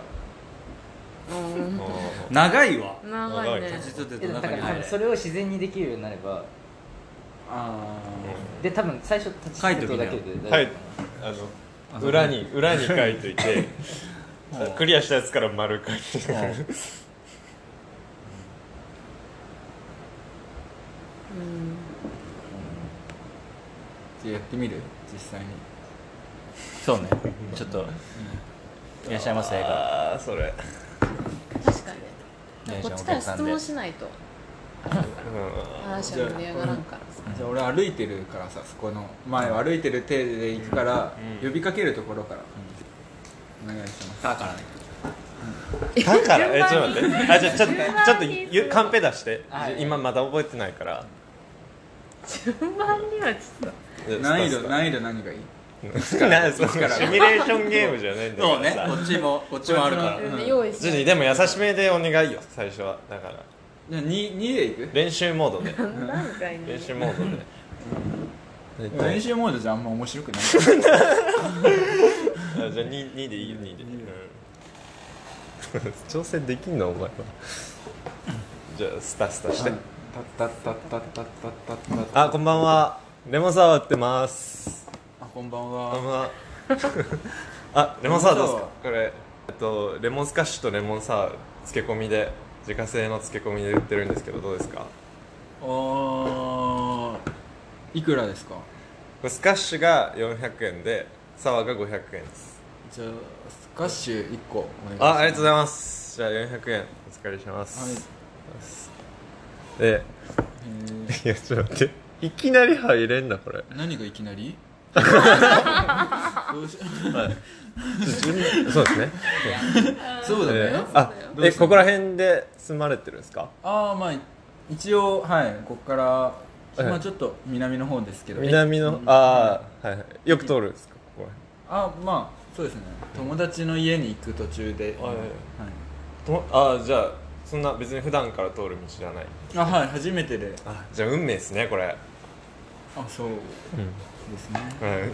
Speaker 1: ー
Speaker 4: うん
Speaker 2: あ
Speaker 6: 長いわ
Speaker 4: 長いね
Speaker 6: 立ちつて
Speaker 1: え
Speaker 6: と
Speaker 1: だか
Speaker 6: 中に
Speaker 1: ら多
Speaker 6: 入
Speaker 1: 分そ
Speaker 6: れ
Speaker 1: れを自然にできるようになれば
Speaker 3: あ
Speaker 1: で多分最初立ち
Speaker 6: 書いと
Speaker 1: と
Speaker 6: きな
Speaker 1: だ
Speaker 6: よ
Speaker 1: けで
Speaker 2: はいーあの裏に裏に書いといてクリアしたやつから丸書いて
Speaker 4: うん
Speaker 3: ーじゃあやってみる実際に
Speaker 6: そうねちょっといらっしゃいませが
Speaker 2: ああそれ
Speaker 4: 確かにね
Speaker 6: いらっしゃい
Speaker 4: こっちから
Speaker 6: お客さん
Speaker 4: 質
Speaker 6: で
Speaker 4: 問しないと
Speaker 2: う
Speaker 4: 話は盛り上がらんからさ
Speaker 3: じゃあ俺歩いてるからさそこの前を歩いてる手で行くから、
Speaker 2: うん
Speaker 3: 呼びかけるところから、お願いします
Speaker 6: だからね
Speaker 4: *laughs*
Speaker 2: んだからえちょっと待ってあじゃあちょっとちょっと
Speaker 4: 順番に
Speaker 2: ゆカンペ出して
Speaker 1: はい
Speaker 2: 今まだ覚えてないから
Speaker 4: 順番にはちょっ
Speaker 3: 難易度
Speaker 2: い
Speaker 3: 難易度何がいい
Speaker 2: シミュレ *laughs* ーションゲームじゃないんだ
Speaker 6: そう
Speaker 2: から
Speaker 6: ね
Speaker 2: さ
Speaker 6: こっちもこっちもあるから
Speaker 4: とうん用意し
Speaker 2: ジ
Speaker 4: な
Speaker 2: ュ
Speaker 4: い
Speaker 2: ニでも優しめでお願いよ最初はだから
Speaker 3: じゃあ 2, 2でいく
Speaker 2: 練習モードで
Speaker 4: *laughs* 何回ね
Speaker 2: 練習モードでえっと
Speaker 3: 練習モードじゃあんま面白くない
Speaker 2: あじゃあ 2, 2でいいよ2で、うん、挑戦できんのお前はじゃあスタスタして、
Speaker 3: タッタッタッタッタッタッタッタッ
Speaker 2: あこんばんはレモンサワー売ってます
Speaker 3: あこんばん
Speaker 2: こんばん
Speaker 3: は
Speaker 2: はあレモンサワーどうですか
Speaker 3: レモンサワー
Speaker 2: これえっとレモンスカッシュとレモンサワー漬け込みで自家製の漬け込みで売ってるんですけどどうですかこ
Speaker 3: おーいくらですか
Speaker 2: れスカッシュが400円でサワーが500円です
Speaker 3: じゃあスカッシュ1個お願いしま
Speaker 2: あ
Speaker 3: す
Speaker 2: ありがとうございますじゃあ400円お疲れします、
Speaker 3: はい
Speaker 2: で
Speaker 3: えー
Speaker 2: いやちょっと待っていきなり入れんなこれ
Speaker 3: 何がいきな
Speaker 2: *laughs*
Speaker 3: りどうし
Speaker 2: そうですね
Speaker 3: そうだね、
Speaker 2: えーあ
Speaker 3: どう
Speaker 2: え
Speaker 3: したの
Speaker 2: ここら辺で住まれてるんですか
Speaker 3: ああまあ一応はいここから、
Speaker 2: はい
Speaker 3: まあちょっと南の方ですけど
Speaker 2: 南のああはいはいよく通るんですかここ
Speaker 3: あーまあそうですね友達の家に行く途中で、
Speaker 2: はい
Speaker 3: はい
Speaker 2: ら辺とああじゃあそんな別に普段から通る道じゃない
Speaker 3: あはい初めてで
Speaker 2: あじゃあ運命ですねこれ
Speaker 3: あそうですね
Speaker 2: うん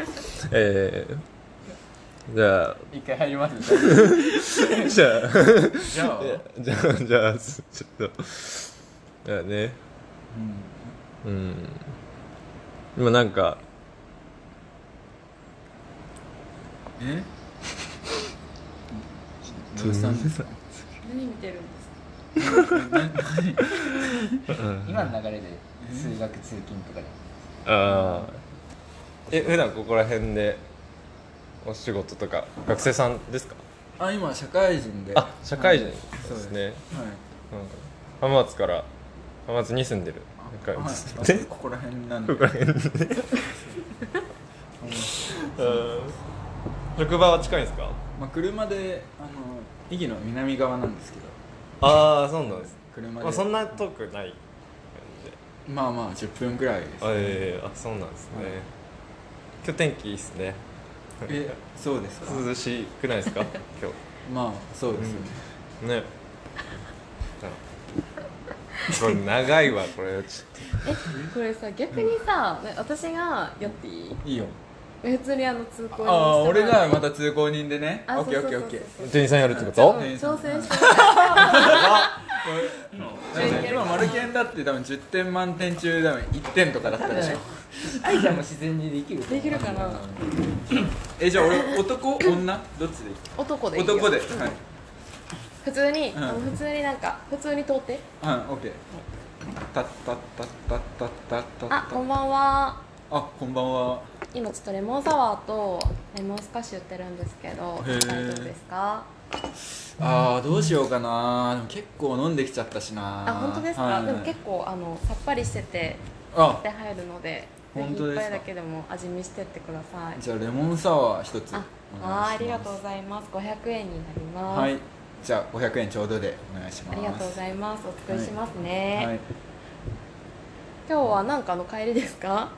Speaker 2: *laughs* えー、じゃあ
Speaker 3: 一回入ります
Speaker 2: じゃあ
Speaker 3: *laughs*
Speaker 2: *laughs*
Speaker 3: じゃあ、うん、
Speaker 2: じゃあじゃあちょっとだよねうん今なんか
Speaker 3: えどうしたんですか
Speaker 4: 何見てるんですか
Speaker 9: 今の流れで通学通勤とかで
Speaker 2: ああえ普段ここら辺でお仕事とか学生さんですか
Speaker 3: あ今社会人で
Speaker 2: あ社会人
Speaker 3: はい
Speaker 2: で
Speaker 3: そうです
Speaker 2: す
Speaker 3: ね、
Speaker 2: ね、
Speaker 3: は
Speaker 2: う
Speaker 3: い
Speaker 2: ん、浜松から浜松に住んでる
Speaker 3: あ
Speaker 2: なんか
Speaker 3: はいあ
Speaker 2: で
Speaker 3: ここら辺な
Speaker 2: *laughs*
Speaker 3: んで
Speaker 2: ここら辺で職場は近いんですか
Speaker 3: まあ、車であの伊木の南側なんですけど
Speaker 2: ああそうなんです、
Speaker 3: 車で、
Speaker 2: まあ、そんな遠くない感じで
Speaker 3: まあまあ10分くらいです、
Speaker 2: あええあそうなんですね、
Speaker 3: はい
Speaker 2: 今日天気いいですね
Speaker 3: えそうですか
Speaker 2: 涼しくないです *laughs* か今
Speaker 3: まあそうですよね、
Speaker 2: 日ねこれ長いわこれち
Speaker 4: これさ逆にさ、ね私がやっていい
Speaker 3: いいよ
Speaker 4: 普通にあの通行人
Speaker 3: ああー俺がまた通行人でね
Speaker 4: あ
Speaker 3: オッケーオ
Speaker 4: そ
Speaker 3: ッ
Speaker 4: う
Speaker 3: ケー
Speaker 4: そ
Speaker 3: オッケー
Speaker 4: うそうそう
Speaker 2: 店員さんやるってこ
Speaker 4: ちょ
Speaker 2: と
Speaker 3: 店員さん
Speaker 4: 挑戦してもらえ
Speaker 3: だって今マルケンだって多分10点満点中多分1点とかだったでしょ
Speaker 9: 愛ちゃんも自然にできる
Speaker 4: たできるかな
Speaker 3: えじゃあ俺男女どっちでい
Speaker 4: 男でい
Speaker 3: い
Speaker 4: いよ
Speaker 3: 男で
Speaker 4: うん
Speaker 3: はい
Speaker 4: 普通に、
Speaker 3: ん
Speaker 4: あの普通になんか普通に通って
Speaker 3: うんオッケータッタッタッタッタッタッタッタ
Speaker 4: あこんばんは
Speaker 3: あこんばんは
Speaker 4: 今ちょっとレモンサワーとレモンスカッシュ売ってるんですけど
Speaker 3: へー
Speaker 4: 大丈夫ですか
Speaker 3: あーどうしようかなでも結構飲んできちゃったしな
Speaker 4: あ本当ですか、
Speaker 3: はい
Speaker 4: でも結構あのさっぱりしてて
Speaker 3: あ
Speaker 4: で入るので
Speaker 3: 本当ですか
Speaker 4: ぜひ一杯だけでも味見してってください
Speaker 3: じゃあレモンサワー一つ
Speaker 4: あ
Speaker 3: お願
Speaker 4: あーあ
Speaker 3: いし
Speaker 4: りが
Speaker 3: ます
Speaker 4: とうございます500円になります、
Speaker 3: はいじゃあ500円ちょうどでお願いしま
Speaker 4: あ
Speaker 3: す
Speaker 4: りがとうございますお作りしますね、
Speaker 3: はい
Speaker 4: 今日はなんかの帰りですか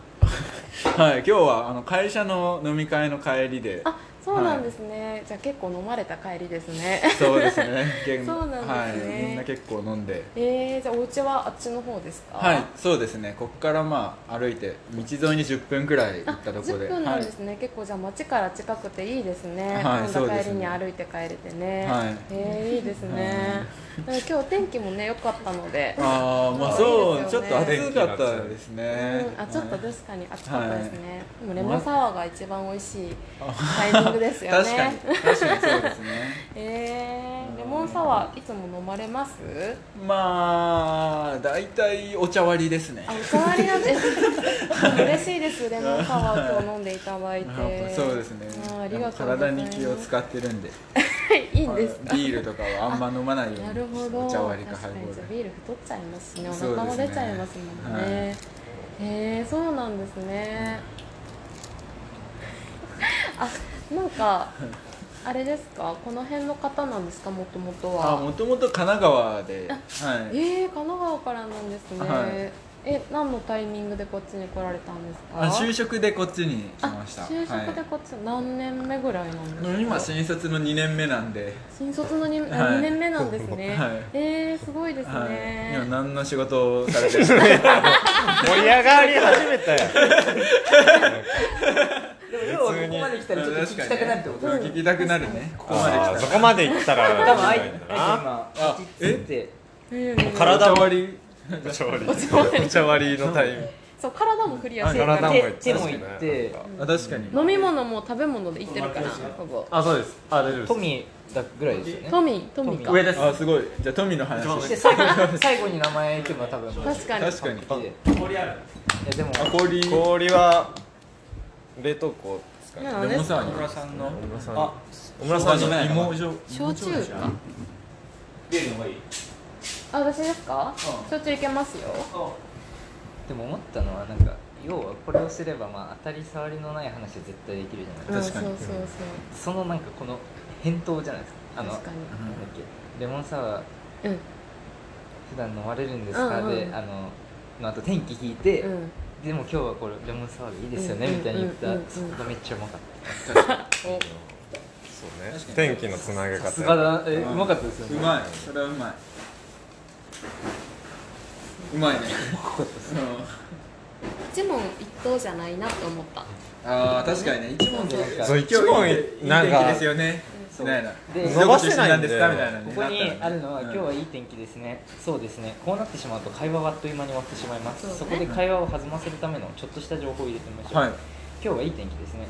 Speaker 3: はい、今日はあの会社の飲み会の帰りで
Speaker 4: あそうなんですね、じゃあ結構飲まれた帰りですね
Speaker 3: そうです
Speaker 4: *laughs*
Speaker 3: ね現
Speaker 4: そうなんですね
Speaker 3: はい、みんな結構飲んで
Speaker 4: えー、じゃあお家はあっちの方ですか
Speaker 3: はいそうですねここからまあ歩いて道沿いに10分くらい行ったところで
Speaker 4: 10分なん
Speaker 3: はい
Speaker 4: ですね、結構じゃあ町から近くていいですね、
Speaker 3: はい
Speaker 4: 飲んだ
Speaker 3: そうです
Speaker 4: 帰りに
Speaker 3: ね
Speaker 4: 歩いて帰れてね、
Speaker 3: はい
Speaker 4: えー、いいですね、でも今日天気もね良かったので、
Speaker 3: ああまあそう
Speaker 4: いいです
Speaker 3: ちょ
Speaker 4: よ
Speaker 3: っ
Speaker 4: ね
Speaker 3: と暑かったですね、
Speaker 4: うんあちょっと
Speaker 3: はい
Speaker 4: 確かに暑かったですね、でもレモンサワーが一番美味しいタイミングですよ
Speaker 3: *laughs*
Speaker 4: ね
Speaker 3: 確かに確かにそうですね
Speaker 4: *laughs* えー、レモンサワーいつも飲まれます
Speaker 3: まあ大体お茶割りですね
Speaker 4: あお代わりなんです *laughs* 嬉しいですレモンサワー今日飲んでい
Speaker 3: *laughs*
Speaker 4: ただいて
Speaker 3: あそうですね
Speaker 4: あーありがとうございま
Speaker 3: 体
Speaker 4: す
Speaker 3: に気を使ってるんで
Speaker 4: いいんですか
Speaker 3: ビールとかはあんま飲まないように
Speaker 4: なるほど
Speaker 3: お茶割りかハイ
Speaker 4: 確
Speaker 3: ボ
Speaker 4: かに
Speaker 3: ール
Speaker 4: ビール太っちゃいますしねお
Speaker 3: そうですね
Speaker 4: 腹も出ちゃいますもんねへ、えー、そうなんですね、あなんかあれですかこの辺の方なんですかもともと
Speaker 3: あ
Speaker 4: は
Speaker 3: もともと神奈川で、はい、
Speaker 4: えー、神奈川からなんですね、
Speaker 3: はい
Speaker 4: え何のタイミングでこっちに来られたんですか
Speaker 3: あ就職でこっちに来ました
Speaker 4: あ就職で
Speaker 3: は
Speaker 4: こっち何年目ぐらいなんですか、
Speaker 3: い、今新卒の2年目なんで、
Speaker 4: 新卒の 2,
Speaker 3: はい
Speaker 4: 年目なんですね、
Speaker 3: はい
Speaker 4: えー、すごいですね、
Speaker 3: はい、今何の仕事をされてるんですか
Speaker 2: 盛り上がり始めたよ
Speaker 9: でも要はここまで来たらちょっと聞きたくなるってこと
Speaker 3: うん聞きたくなるねここまで
Speaker 2: あーそこまで行ったら
Speaker 9: 多分
Speaker 2: い
Speaker 9: 愛
Speaker 2: い
Speaker 9: 愛ち
Speaker 2: んだ
Speaker 9: ゃん
Speaker 2: な
Speaker 9: 今パチッつって
Speaker 4: えー
Speaker 2: 体も
Speaker 3: 割り
Speaker 2: お茶割りお茶割りのタイミング
Speaker 4: そう体もクリアしてるから
Speaker 2: 体も行っ
Speaker 9: 手
Speaker 2: て
Speaker 9: も行って
Speaker 3: あ確かに
Speaker 4: 飲み物も食べ物でいってるからほぼ
Speaker 2: あそうですあ大丈夫です
Speaker 9: トミーだぐらいですよね
Speaker 4: トミートミーか
Speaker 9: 上
Speaker 3: あすごいじゃあ富の話
Speaker 9: そして最
Speaker 1: *laughs*
Speaker 9: 後最後に名前いけば多分
Speaker 4: 確かに
Speaker 3: 確かに
Speaker 9: いやでも
Speaker 3: あ氷
Speaker 2: 氷は冷凍庫ですかね
Speaker 4: なん
Speaker 3: レ
Speaker 4: で
Speaker 3: モン
Speaker 4: す
Speaker 3: サ
Speaker 4: か
Speaker 3: ワーに小村さんのあ
Speaker 2: 小村さんじゃないかな
Speaker 3: 芋焼
Speaker 4: 焼酎かあ私ですか焼酎いけますよ
Speaker 1: でも思ったのはなんか要はこれをすればまあ当たり障りのない話は絶対できるじゃないですか、
Speaker 4: うん
Speaker 3: 確かに
Speaker 4: そうそ
Speaker 1: そ
Speaker 4: う
Speaker 1: のなんかこの返答じゃないですかあ
Speaker 4: そう
Speaker 1: のなん
Speaker 4: 確
Speaker 1: だ
Speaker 4: か
Speaker 1: っ
Speaker 4: に
Speaker 1: けレモンサワー
Speaker 4: うん
Speaker 1: 普段飲まれるんですか、
Speaker 4: うんうん
Speaker 1: であののあと天気聞いて、
Speaker 4: うん
Speaker 1: でも今日はこれレモンサワーでいいですよね、
Speaker 4: うん
Speaker 1: みたいに言った、
Speaker 4: うんうんうん
Speaker 1: そこがめっちゃうまかった
Speaker 2: そ
Speaker 4: お
Speaker 2: うね
Speaker 3: 確かに
Speaker 2: 天気のつなげ
Speaker 1: さ
Speaker 2: 方
Speaker 1: す
Speaker 2: や
Speaker 1: がだえう
Speaker 3: うん
Speaker 1: まかったですよ
Speaker 3: *laughs* う
Speaker 1: ね
Speaker 3: まいそれはうまいうまいね *laughs* うん
Speaker 4: 一問一答じゃないなって思った
Speaker 3: あー確かにね一問でなんか
Speaker 2: そう一問
Speaker 3: 今日いい
Speaker 2: なんか
Speaker 3: いい天気ですよねみたいな
Speaker 1: で
Speaker 2: 伸ばせないんだよ
Speaker 3: どこ出身ですかみたいなね
Speaker 1: ここにあるのは、
Speaker 3: うん
Speaker 1: 今日はいい天気ですねそうですねこうなってしまうと会話はあっという間に終わってしまいますそ,、
Speaker 4: そうね
Speaker 1: こで会話を弾ませるためのちょっとした情報を入れてみましょう、
Speaker 3: はい
Speaker 1: 今日はいい天気ですね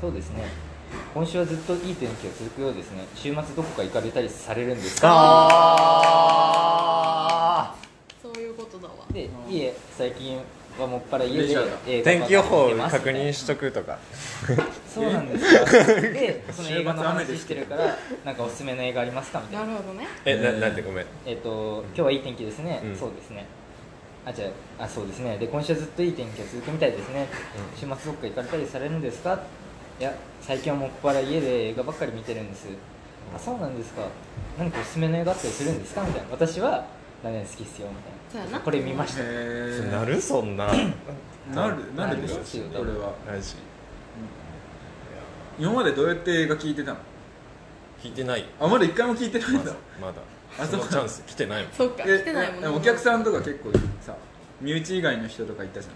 Speaker 1: そうですね今週はずっといい天気が続くようですね週末どこか行かれたりされるんですか
Speaker 4: あそういうことだわ
Speaker 1: でいいえ最近はもっぱら家
Speaker 3: レジ
Speaker 1: で
Speaker 3: ャーだ
Speaker 1: 映画
Speaker 2: 天気予報
Speaker 1: 見てます
Speaker 2: 確認しとくとか
Speaker 1: そうなんですよでその映画の
Speaker 3: 週末雨で
Speaker 1: 話
Speaker 3: す
Speaker 1: し
Speaker 3: け
Speaker 1: てる
Speaker 3: ど
Speaker 1: からなんかおすすめの映画ありますかみたいな
Speaker 4: なるほどね
Speaker 2: えな
Speaker 3: えー
Speaker 2: なんてごめん
Speaker 1: えっ、と今日はいい天気ですね、
Speaker 2: うん
Speaker 1: そうですねあじゃああそうですねで今週はずっといい天気が続くみたいですね、週末どっか行かれたりされるんですかいや最近はもっぱら家で映画ばっかり見てるんですあそうなんですか何かおすすめの映画あったりするんですかみたいな私は何々好きっすよみたい
Speaker 4: そう
Speaker 1: な
Speaker 4: やな
Speaker 1: これ見ました
Speaker 3: へ
Speaker 2: なるそんな
Speaker 3: えなるなるでし
Speaker 1: なるです
Speaker 3: ょ
Speaker 1: よ
Speaker 3: これは
Speaker 2: マジ
Speaker 3: 今までどうやって映画聞いてたの
Speaker 2: 聞いてない
Speaker 3: あまだ一回も聞いてない
Speaker 2: ま
Speaker 3: んだ
Speaker 2: だまだ
Speaker 3: あ
Speaker 2: その
Speaker 3: そう
Speaker 2: チャンス来てないもん
Speaker 4: そうか来てないもん
Speaker 3: え
Speaker 4: ね
Speaker 3: お客さんとか結構さ身内以外の人とかいたじ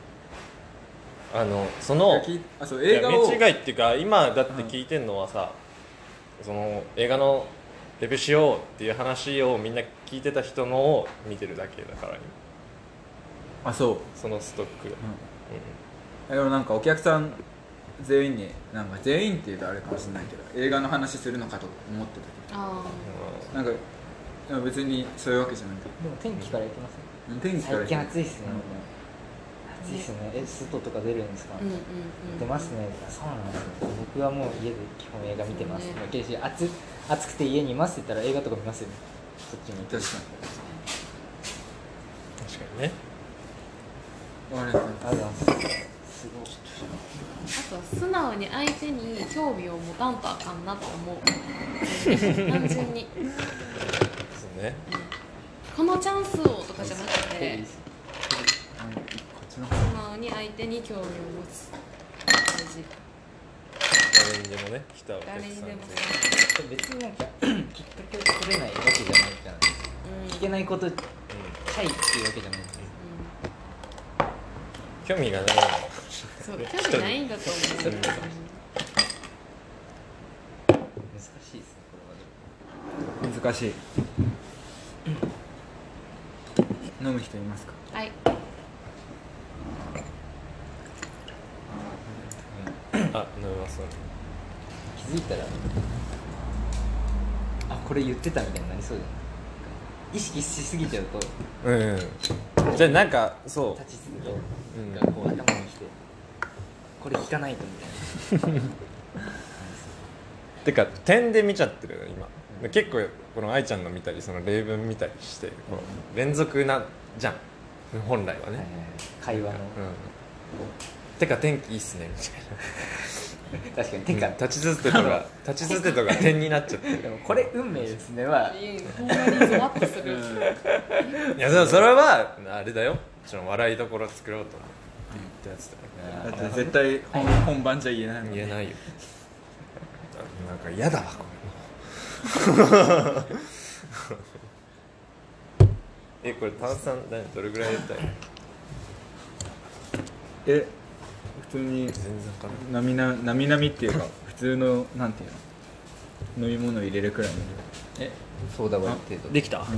Speaker 2: あのそ
Speaker 3: ゃんい
Speaker 2: の
Speaker 3: や聞いあそ
Speaker 2: い
Speaker 3: う
Speaker 2: や
Speaker 3: 映画を
Speaker 2: 見違いっていうか今だって聞いてんのはさ、その映画のレビューしようっていう話をみんな聞いてた人のを見てるだけだから今
Speaker 3: あそう
Speaker 2: そのストック、
Speaker 3: えでもなんかお客さん全員になんか全員って言うとあれかもしれないけど映画の話するのかと思ってたけ
Speaker 4: あ
Speaker 3: どなんかいや別にそういうわけじゃないけ
Speaker 1: でも天気から行きます
Speaker 3: ど天気から
Speaker 1: 最近暑いっすね、
Speaker 4: うん
Speaker 1: 暑いっすねえ外とか出るんですか、
Speaker 4: あうんうんうん
Speaker 1: 出ますねそうなんですね僕はもう家で基本映画見てます、
Speaker 4: そうね
Speaker 1: もうけるし暑暑くて家にいますって言ったら映画とか見ますよねそっちに行って
Speaker 3: 確か
Speaker 2: 確かにね
Speaker 3: にあれなんか
Speaker 1: ありがとうございますすごい
Speaker 4: あとは素直に相手に興味を持たんとあかんなと思う単純に
Speaker 2: そうね
Speaker 4: このチャンスをとかじゃなくて
Speaker 3: こっちの方
Speaker 4: 素直に相手に興味を持つ大事
Speaker 2: 誰にでもね来たお客さん
Speaker 4: 誰
Speaker 2: で
Speaker 4: にでもさ
Speaker 1: 別になんかきっかけを作れないわけじゃないじゃないですか
Speaker 4: うん
Speaker 1: 聞けないことチャイっていうわけじゃないですか
Speaker 4: う
Speaker 2: 興味がない
Speaker 4: んそう興味ないんだと思う
Speaker 2: う
Speaker 1: 難
Speaker 2: ん
Speaker 1: しいですねこれはでも
Speaker 3: 難しい飲む人いますか
Speaker 4: うんはい
Speaker 2: あ飲みます
Speaker 1: 気づいたらあこれ言ってたみたいになりそうじゃない意識しすぎちゃうと
Speaker 2: うんじゃあなんかそ
Speaker 1: 立ちすぎて
Speaker 2: う、うん、
Speaker 1: がこう頭にきてこれ聞かないとみたいな
Speaker 2: てか点で見ちゃってる今で結構この愛ちゃんの見たりその例文見たりしてこの連続なじゃん本来はね、
Speaker 1: 会話の
Speaker 2: うん、てか天気いいっすねみた
Speaker 1: 確かにて
Speaker 2: いな、
Speaker 1: か、
Speaker 2: うん立ちずってとか立ちずってとか点になっちゃってる
Speaker 1: でもこれ運命ですねは
Speaker 4: ほんまにゾワッとす *laughs* る
Speaker 2: いやでもそれはあれだよちょっと笑いどころ作ろうと思ってやつだよ
Speaker 3: だって絶対本本番じゃ言えないもん
Speaker 2: 言えないよあなんか嫌だわこれえこれ炭酸何どれぐらい入れたい
Speaker 3: え普通に
Speaker 2: 全然わかんない
Speaker 3: なみななみなみっていうか普通のなんていうの飲み物入れるくらいの
Speaker 6: ソーダ割り程度
Speaker 1: できた
Speaker 2: 解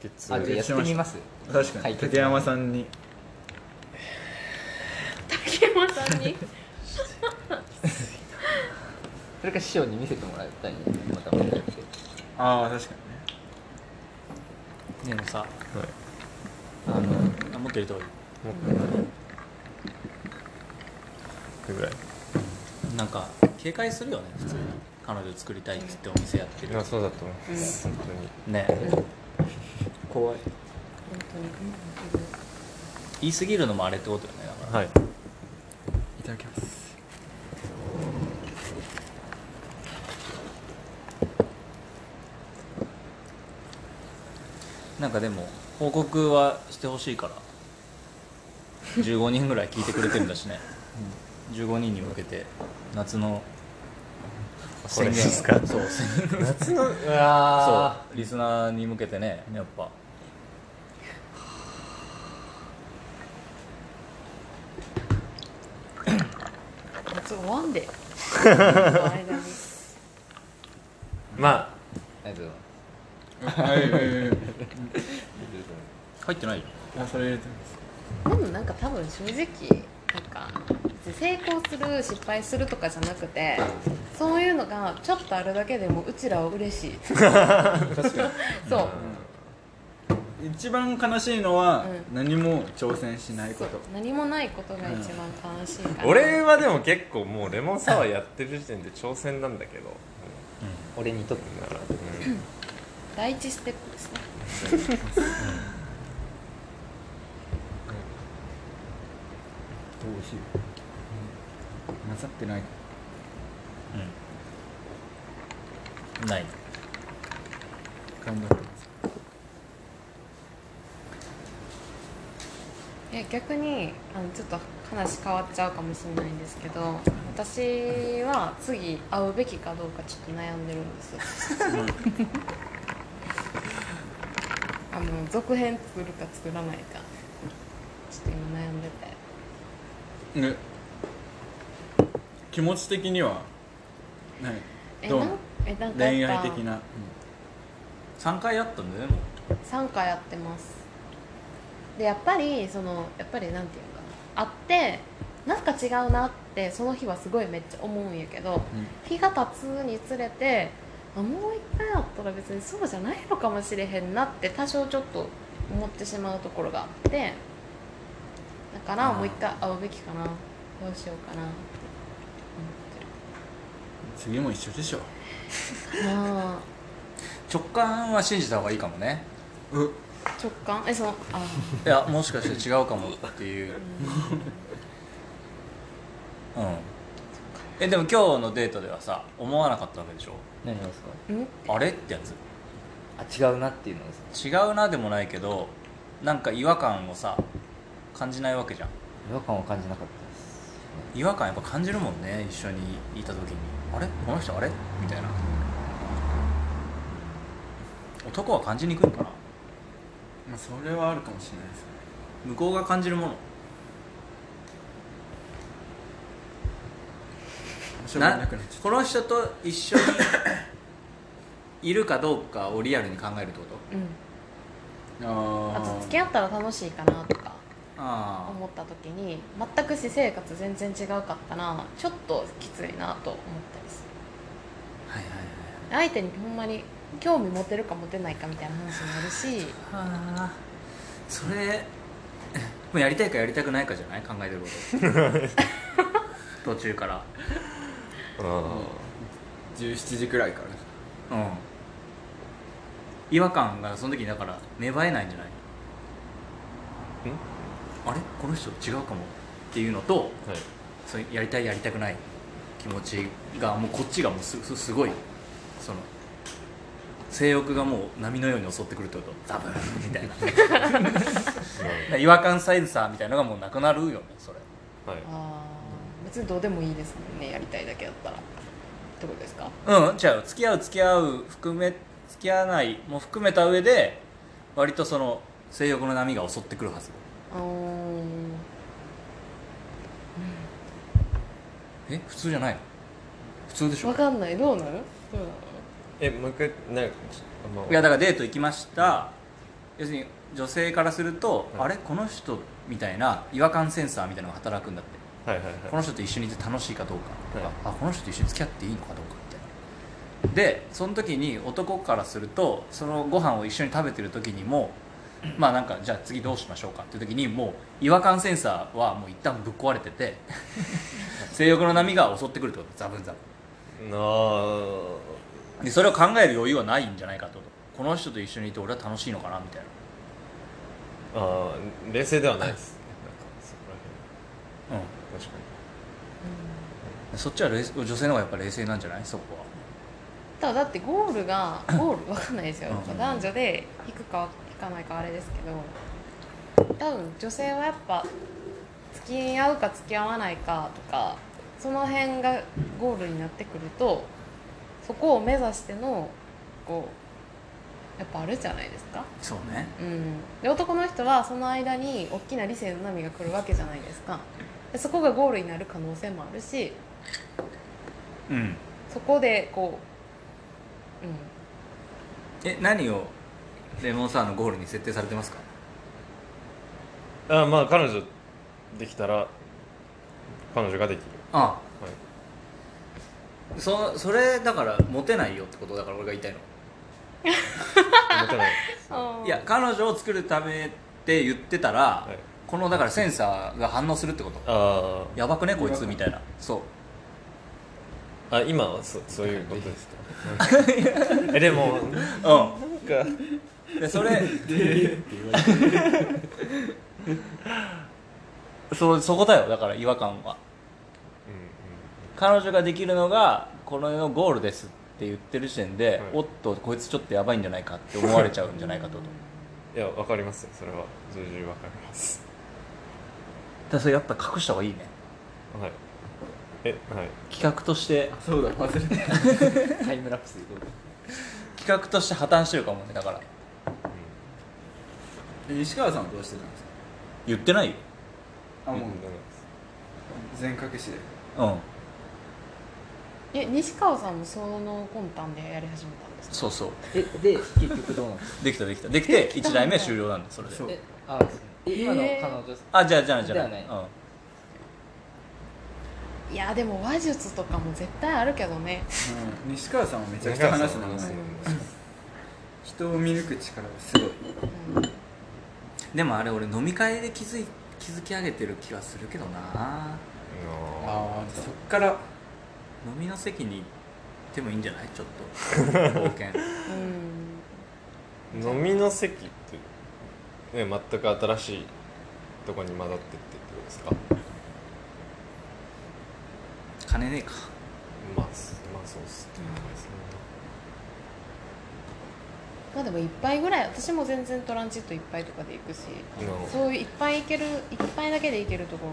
Speaker 2: 決
Speaker 1: あじゃあやってみます
Speaker 3: 量確か
Speaker 1: は
Speaker 3: に
Speaker 1: い
Speaker 3: 竹山さんに
Speaker 4: 竹山さんに
Speaker 1: それか師匠に見せてもらったりまたもらって
Speaker 3: ああ確かにね
Speaker 6: でもさ、あのあもっと入れた方がい
Speaker 2: これぐらい
Speaker 6: いなんか警戒するよね普通に彼女作りたいっつってお店やってる
Speaker 2: あそうだと思う、本当に
Speaker 6: ね
Speaker 1: 怖い
Speaker 4: 本取り組みできる
Speaker 6: 言い過ぎるのもあれってことよねだから
Speaker 2: はい
Speaker 3: いただきます
Speaker 6: なんかでも報告はしてほしいから15人ぐらい聞いてくれてるんだしね、15人に向けて夏の
Speaker 2: これ
Speaker 6: 宣言
Speaker 2: ですか
Speaker 6: そう宣言
Speaker 2: 夏のうわ
Speaker 6: そうリスナーに向けてねやっぱ
Speaker 4: 夏終わん *laughs* でその間に
Speaker 2: ーま
Speaker 1: ありがとうございます
Speaker 3: はいはいはいはい
Speaker 6: 入ってないよ
Speaker 3: あそれ入れてます
Speaker 4: でもなんか多分正直なんか別に成功する失敗するとかじゃなくてそういうのがちょっとあるだけでもうちらは嬉しいそう
Speaker 3: 一番悲しいのは、
Speaker 4: う
Speaker 3: 何も挑戦しないこ
Speaker 4: そう
Speaker 3: と
Speaker 4: 何もないことが一番悲しいか
Speaker 2: あ
Speaker 4: ら、
Speaker 2: 俺はでも結構もうレモンサワーやってる時点で挑戦なんだけど
Speaker 1: 俺にとって
Speaker 2: だからうん
Speaker 4: 第一ステップですね
Speaker 3: どうしよう混ざってない
Speaker 6: うんない
Speaker 3: 頑張ってます
Speaker 4: いや逆にあのちょっと話変わっちゃうかもしれないんですけど私は次会うべきかどうかちょっと悩んでるんです *laughs* あの続編作るか作らないかちょっと今悩んでて
Speaker 3: ね気持ち的にはない
Speaker 4: え
Speaker 3: どう
Speaker 4: なんえなんか
Speaker 3: 恋
Speaker 4: やっ
Speaker 3: 愛
Speaker 4: ぱ
Speaker 3: 的な
Speaker 6: 3回やったんだよねもう
Speaker 4: 3回やってますでやっぱりそのやっぱりなんていうのかな会ってなんか違うなってその日はすごいめっちゃ思うんやけど、日が経つにつれてあもう一回あったら別にそうじゃないのかもしれへんなって多少ちょっと思ってしまうところがあってだからもう一回会うべきかなどうしようかなって
Speaker 3: 次も一緒でしょ
Speaker 4: 思ってるなあ
Speaker 6: 直感は信じた方がいいかもね
Speaker 3: う
Speaker 4: 直感えそのあ
Speaker 6: いやもしかして違うかもっていううんえでも今日のデートではさ思わなかったわけでしょ
Speaker 1: 何がですか
Speaker 4: うん
Speaker 6: あれってやつ
Speaker 1: あ違うなっていうのです
Speaker 6: 違うなでもないけどなんか違和感をさ感じないわけじゃん
Speaker 1: 違和感を感じなかったです
Speaker 6: 違和感やっぱ感じるもんね一緒にいた時にあれこの人あれみたいな男は感じにくいんかな
Speaker 3: まあそれはあるかもしれないですね
Speaker 6: 向こうが感じるもの
Speaker 3: な
Speaker 6: な
Speaker 3: なくなっちゃっ
Speaker 6: この人と一緒にいるかどうかをリアルに考えるってこと
Speaker 4: うん
Speaker 3: たあ
Speaker 4: あと付き合ったら楽しいかなとか
Speaker 6: あ
Speaker 4: 思った時に全く私生活全然違うかったなちょっときついなと思ったりする
Speaker 6: あはいはいはい
Speaker 4: 相手にほんまに興味持てるか持てないかみたいな話になるし
Speaker 6: あーそれ *laughs* もうやりたいかやりたくないかじゃない考えてる
Speaker 3: *laughs*
Speaker 6: こと途中から
Speaker 2: うん
Speaker 3: 17時くらいから
Speaker 6: うん違和感がその時にだから芽生えないんじゃないあれこの人違うかもっていうのと
Speaker 2: はい
Speaker 6: それやりたいやりたくない気持ちがもうこっちがもうすすすごいその性欲がもう波のように襲ってくるってことザブーンみたいなだから違和感サイズさみたいなのがもうなくなるよねそれ
Speaker 2: はい
Speaker 4: あー別にどうでもいいですもんねやりたいだけだったらってことですか
Speaker 6: うん違う付き合う付き合う含め付き合わないも含めた上で割とその性欲の波が襲ってくるはず
Speaker 4: うーん
Speaker 6: え普通じゃないの普通でしょ
Speaker 4: 分かんないどうなるどうなの
Speaker 2: えもう一回なんかまあ
Speaker 6: いやだからデート行きました要するに女性からすると、
Speaker 2: はい
Speaker 6: あれこの人みたいな違和感センサーみたいなのが働くんだって
Speaker 2: はいはいはい
Speaker 6: この人と一緒にいて楽しいかどうかとか、
Speaker 2: はい
Speaker 6: あこの人と一緒に付き合っていいのかどうかみたいなでその時に男からするとそのご飯を一緒に食べてる時にもまあなんかじゃあ次どうしましょうかっていう時にもう違和感センサーはもう一旦ぶっ壊れて
Speaker 2: *laughs*
Speaker 6: て性欲の波が襲ってくるってことザブンザブン
Speaker 2: なあ
Speaker 6: でそれを考える余裕はないんじゃないかってことこの人と一緒にいて俺は楽しいのかなみたいな
Speaker 2: あー冷静ではないですねなんかそこ
Speaker 6: う
Speaker 2: ら辺確かに
Speaker 6: ん、そっちは冷女性の方がやっぱ冷静なんじゃないそこは
Speaker 4: ただだってゴール
Speaker 6: *laughs*
Speaker 4: がゴールわかんないですよ
Speaker 6: うん
Speaker 4: 男女で引くか引かないかあれですけど多分女性はやっぱ付き合うか付き合わないかとかその辺がゴールになってくるとそこを目指してのこうやっぱあるじゃないですか、
Speaker 6: そうね
Speaker 4: うん、で男の人はその間に大きな理性の波が来るわけじゃないですかでそこがゴールになる可能性もあるし
Speaker 6: うん
Speaker 4: そこでこう、うん、
Speaker 6: え何をレモンサワーのゴールに設定されてますか
Speaker 2: あーまあ彼女できたら彼女ができる
Speaker 6: あ
Speaker 2: はい
Speaker 6: あそそれだからモテないよってことだから俺が言いたいの
Speaker 2: 持てない
Speaker 4: あー
Speaker 6: いや彼女を作るためって言ってたら、
Speaker 2: い
Speaker 6: このだからセンサーが反応するってこと
Speaker 2: あ
Speaker 6: やばくねこいつみたいなそう
Speaker 2: ーあ今はそそういうこと
Speaker 6: *laughs*
Speaker 2: ですかえでも
Speaker 6: うんでそれ *laughs* そうそこだよだから違和感は彼女ができるのがこの世のゴールですって言ってる時点で、
Speaker 2: はい
Speaker 6: おっとこいつちょっとやばいんじゃないかって思われちゃうんじゃないかってことだか
Speaker 2: いやわかりますよそれは重々わかります
Speaker 6: らそれやっぱ隠した方がいいね
Speaker 2: はいえはい
Speaker 6: 企画として
Speaker 8: そうだ忘れて
Speaker 9: タイムラプスでどう
Speaker 6: 企画として破綻してるかもねだから
Speaker 8: 西川さんはどうしてたんですか
Speaker 6: 言ってないよ
Speaker 8: あもう
Speaker 2: うん
Speaker 8: 全隠しで
Speaker 6: うん
Speaker 4: え西川さんもその魂胆でやり始めたんですか
Speaker 6: そうそう
Speaker 9: えで結局どうなった
Speaker 6: できたできたでき *laughs* て1台目終了なんだそれで
Speaker 8: そう
Speaker 9: えあえ今の
Speaker 4: へー
Speaker 9: 彼女さん
Speaker 6: あじゃあじゃあじゃあ
Speaker 9: では
Speaker 6: うん
Speaker 4: いやでも話術とかも絶対あるけどね
Speaker 8: うん西川さんはめちゃくちゃ話すのうまい人を見抜く力がすごい
Speaker 6: でもあれ俺飲み会で気づい築き上げてる気はするけど *laughs* な
Speaker 8: ああそっから
Speaker 6: 飲みの席に行ってもいいんじゃないちょっ *laughs* と冒険
Speaker 4: うん
Speaker 2: うん飲みの席って、ね、全く新しいとこに混ざってってってことですか
Speaker 6: 金ねえか
Speaker 2: まあ、すまあそうっすね
Speaker 4: まあでも一杯ぐらい私も全然トランジット一杯とかで行くし
Speaker 2: うん
Speaker 4: そういう一杯いける一杯だけで行けるとこ